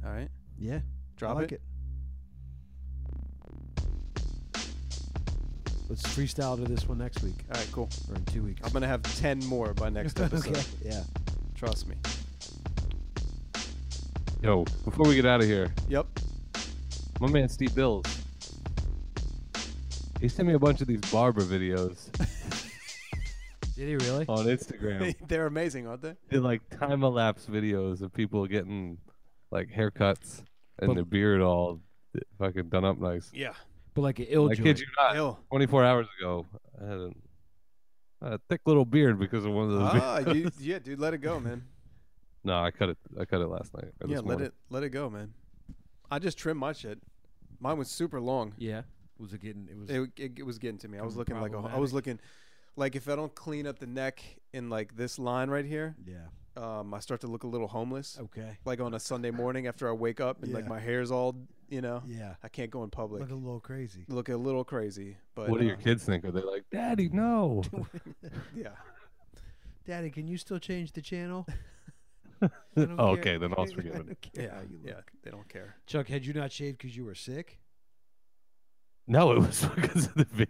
Speaker 3: All right.
Speaker 2: Yeah. I
Speaker 3: Drop
Speaker 2: like it. Let's freestyle to this one next week
Speaker 3: All right. Cool.
Speaker 2: or in two weeks.
Speaker 3: I'm gonna have ten more by next episode.
Speaker 2: okay. Yeah.
Speaker 3: Trust me.
Speaker 8: Yo, before we get out of here,
Speaker 3: Yep.
Speaker 8: my man Steve Bills. He sent me a bunch of these barber videos
Speaker 1: Did he really?
Speaker 8: on Instagram.
Speaker 3: They're amazing, aren't they?
Speaker 8: They're like time elapse videos of people getting like haircuts and
Speaker 1: But-
Speaker 8: their beard all fucking done up nice.
Speaker 3: Yeah.
Speaker 1: But like an ill
Speaker 8: I kid
Speaker 1: joint.
Speaker 8: you not.
Speaker 3: Ill.
Speaker 8: 24 hours ago, I had a, I had a thick little beard because of one of those.
Speaker 3: Ah,
Speaker 8: videos.
Speaker 3: you, yeah, dude. Let it go, man.
Speaker 8: No, I cut it. I cut it last night. or
Speaker 3: Yeah,
Speaker 8: this
Speaker 3: let
Speaker 8: morning.
Speaker 3: it let it go, man. I just trimmed my shit. Mine was super long.
Speaker 1: Yeah. Was it getting? It was.
Speaker 3: It, it, it was getting to me. I was looking like a, I
Speaker 1: Problematic.
Speaker 3: was looking like if I don't clean up the neck in like this line right here,
Speaker 2: Yeah.
Speaker 3: um, I start to look a little homeless.
Speaker 2: Okay.
Speaker 3: Like on a Sunday morning after I wake up and
Speaker 2: Oh.
Speaker 3: like
Speaker 2: Yeah.
Speaker 3: my hair's all you know,
Speaker 2: Yeah.
Speaker 3: I can't go in public.
Speaker 2: Look a little crazy.
Speaker 3: Look a little crazy, but
Speaker 8: What do your
Speaker 3: uh,
Speaker 8: kids think? Are they like, Daddy, no?
Speaker 3: Yeah,
Speaker 2: Daddy, can you still change the channel?
Speaker 8: oh, okay, then I'll forgive it.
Speaker 3: yeah,
Speaker 2: how you
Speaker 3: yeah. They don't care.
Speaker 2: Chuck, had you not shaved because you were sick?
Speaker 8: No, it was because of the videos.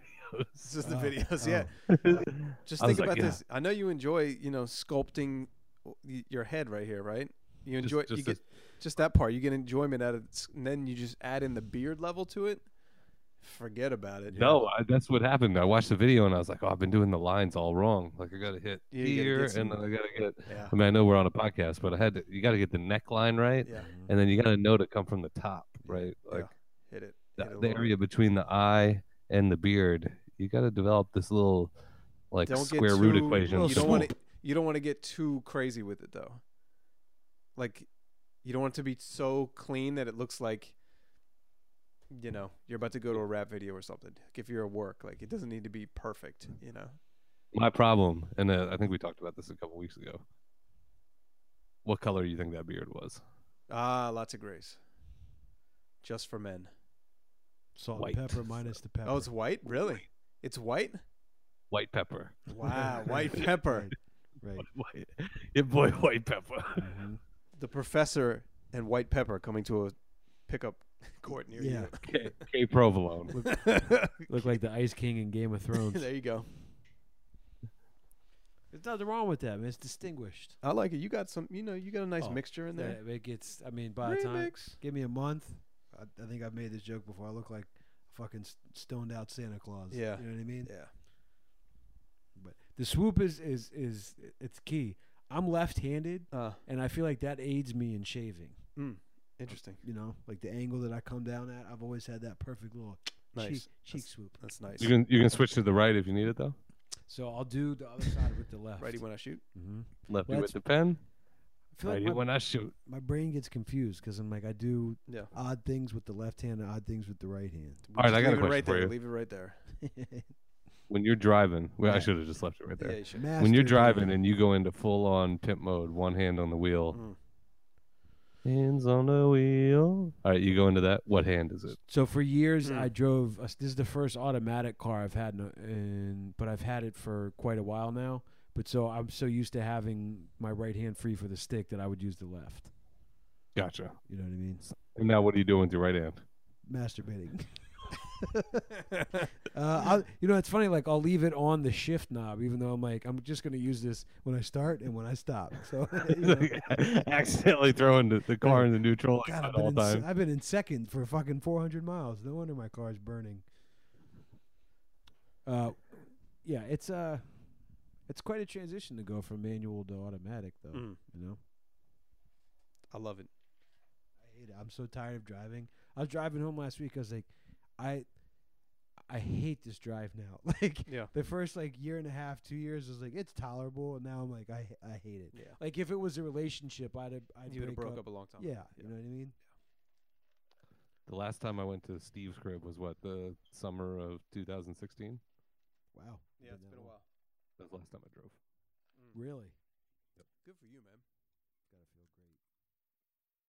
Speaker 3: It's just the
Speaker 2: Oh,
Speaker 3: videos. Yeah, just
Speaker 8: I was
Speaker 3: think
Speaker 8: like,
Speaker 3: about
Speaker 8: yeah.
Speaker 3: this. I know you enjoy you know sculpting y- your head right here, right? You
Speaker 8: Just-
Speaker 3: enjoy you
Speaker 8: just
Speaker 3: get just that part. You get enjoyment out of it, and then you just add in the beard level to it. Forget about it.
Speaker 8: No, I, that's what happened. I watched the video and I was like, oh, I've been doing the lines all wrong. Like, I got to hit
Speaker 3: Yeah, you gotta
Speaker 8: here
Speaker 3: get
Speaker 8: and
Speaker 3: some-
Speaker 8: then I got to get.
Speaker 3: Yeah.
Speaker 8: I mean, I know we're on a podcast, but I had to, you got to get the neckline right.
Speaker 3: Yeah.
Speaker 8: And then you got to know to come from the top, right?
Speaker 3: Yeah.
Speaker 8: Like,
Speaker 3: Hit it.
Speaker 8: the,
Speaker 3: hit it a
Speaker 8: the
Speaker 3: little.
Speaker 8: area between the eye and the beard. You got to develop this little like
Speaker 3: Don't get
Speaker 8: square root
Speaker 3: too-
Speaker 8: equation.
Speaker 2: Little
Speaker 3: You don't want to. You don't want to get too crazy with it though. Like, you don't want it to be so clean that it looks like. You know, you're about to go to a rap video or something. Like if you're at work, like it doesn't need to be perfect. You know.
Speaker 8: My problem, and uh, I think we talked about this a couple weeks ago. What color do you think that beard was?
Speaker 3: Ah, lots of grace. Just for men.
Speaker 2: Salt
Speaker 8: White.
Speaker 2: and pepper minus the pepper.
Speaker 3: Oh, it's white? Really? It's white?
Speaker 8: White pepper.
Speaker 3: Wow, white pepper.
Speaker 2: right.
Speaker 8: White. Yeah, boy, white pepper.
Speaker 2: Mhm.
Speaker 3: The professor and white pepper coming to a pickup court near
Speaker 2: Yeah.
Speaker 8: K, K provolone.
Speaker 2: Look like the Ice King in Game of
Speaker 3: you.
Speaker 2: Thrones.
Speaker 3: there you go.
Speaker 2: There's nothing wrong with that, man. It's distinguished.
Speaker 3: I like it. You got some. You know, you got a nice
Speaker 2: Oh,
Speaker 3: mixture in there.
Speaker 2: Yeah, it gets. I mean, by the time,
Speaker 3: Remix.
Speaker 2: give me a month. I, I think I've made this joke before. I look like fucking s- stoned out Santa Claus.
Speaker 3: Yeah.
Speaker 2: you know what I mean.
Speaker 3: Yeah.
Speaker 2: But the swoop is is is it's key. I'm left-handed,
Speaker 3: Uh,
Speaker 2: and I feel like that aids me in shaving.
Speaker 3: mm, interesting.
Speaker 2: You know, like the angle that I come down at. I've always had that perfect little cheek,
Speaker 3: Nice.
Speaker 2: cheek
Speaker 3: That's,
Speaker 2: swoop.
Speaker 3: that's nice.
Speaker 8: You can you can switch to the right if you need it though.
Speaker 2: So I'll do the other side with the left.
Speaker 3: Ready when I shoot.
Speaker 2: hmm
Speaker 8: Lefty
Speaker 2: Well,
Speaker 8: with the pen,
Speaker 2: I feel like
Speaker 8: righty
Speaker 2: my,
Speaker 8: when I shoot.
Speaker 2: my brain gets confused because I'm like I do
Speaker 3: Yeah.
Speaker 2: odd things with the left hand and odd things with the right hand.
Speaker 3: We
Speaker 8: All right,
Speaker 3: just
Speaker 8: I got a
Speaker 3: leave it
Speaker 8: question
Speaker 3: right
Speaker 8: for
Speaker 3: there.
Speaker 8: you.
Speaker 3: Leave it right there.
Speaker 8: When you're driving, well, I
Speaker 2: Yeah.
Speaker 8: should have just left it right there.
Speaker 3: Yeah, you should.
Speaker 8: when you're
Speaker 2: Mastered it.
Speaker 8: driving and you go into full on pimp mode, one hand on the wheel,
Speaker 3: Mm.
Speaker 8: hands on the wheel. All right, you go into that. What hand is it?
Speaker 2: So for years,
Speaker 3: Mm.
Speaker 2: I drove. A, this is the first automatic car I've had, in, a- in, but I've had it for quite a while now. But so I'm so used to having my right hand free for the stick that I would use the left.
Speaker 8: Gotcha.
Speaker 2: You know what I mean?
Speaker 8: And now what are you doing with your right hand?
Speaker 2: Masturbating. uh, I'll, you know, it's funny. Like I'll leave it on the shift knob, even though I'm like I'm just gonna use this when I start and when I stop. So you know.
Speaker 8: Accidentally throwing the, the car in the neutral like,
Speaker 2: God,
Speaker 8: at
Speaker 2: I've
Speaker 8: all
Speaker 2: been, in, se-
Speaker 8: times.
Speaker 2: I've been in second for fucking 400 miles. No wonder my car's burning. Uh, yeah, it's uh, it's quite a transition to go from manual to automatic, though.
Speaker 3: Mm.
Speaker 2: You know,
Speaker 3: I love it.
Speaker 2: I hate it. I'm so tired of driving. I was driving home last week. I was like, I, I hate this drive now. Like
Speaker 3: Yeah.
Speaker 2: the first like year and a half, two years I was like it's tolerable, and now I'm like I I hate it.
Speaker 3: Yeah.
Speaker 2: Like if it was a relationship, I'd have, I'd
Speaker 3: You would have
Speaker 2: break
Speaker 3: broke up. a long time.
Speaker 2: Yeah,
Speaker 3: ago.
Speaker 2: you know what I mean.
Speaker 8: The last time I went to Steve's crib was what, the summer of 2016?
Speaker 2: Wow.
Speaker 3: Yeah, it's been a while.
Speaker 8: That was the last time I drove.
Speaker 2: Really.
Speaker 3: Good for you, man.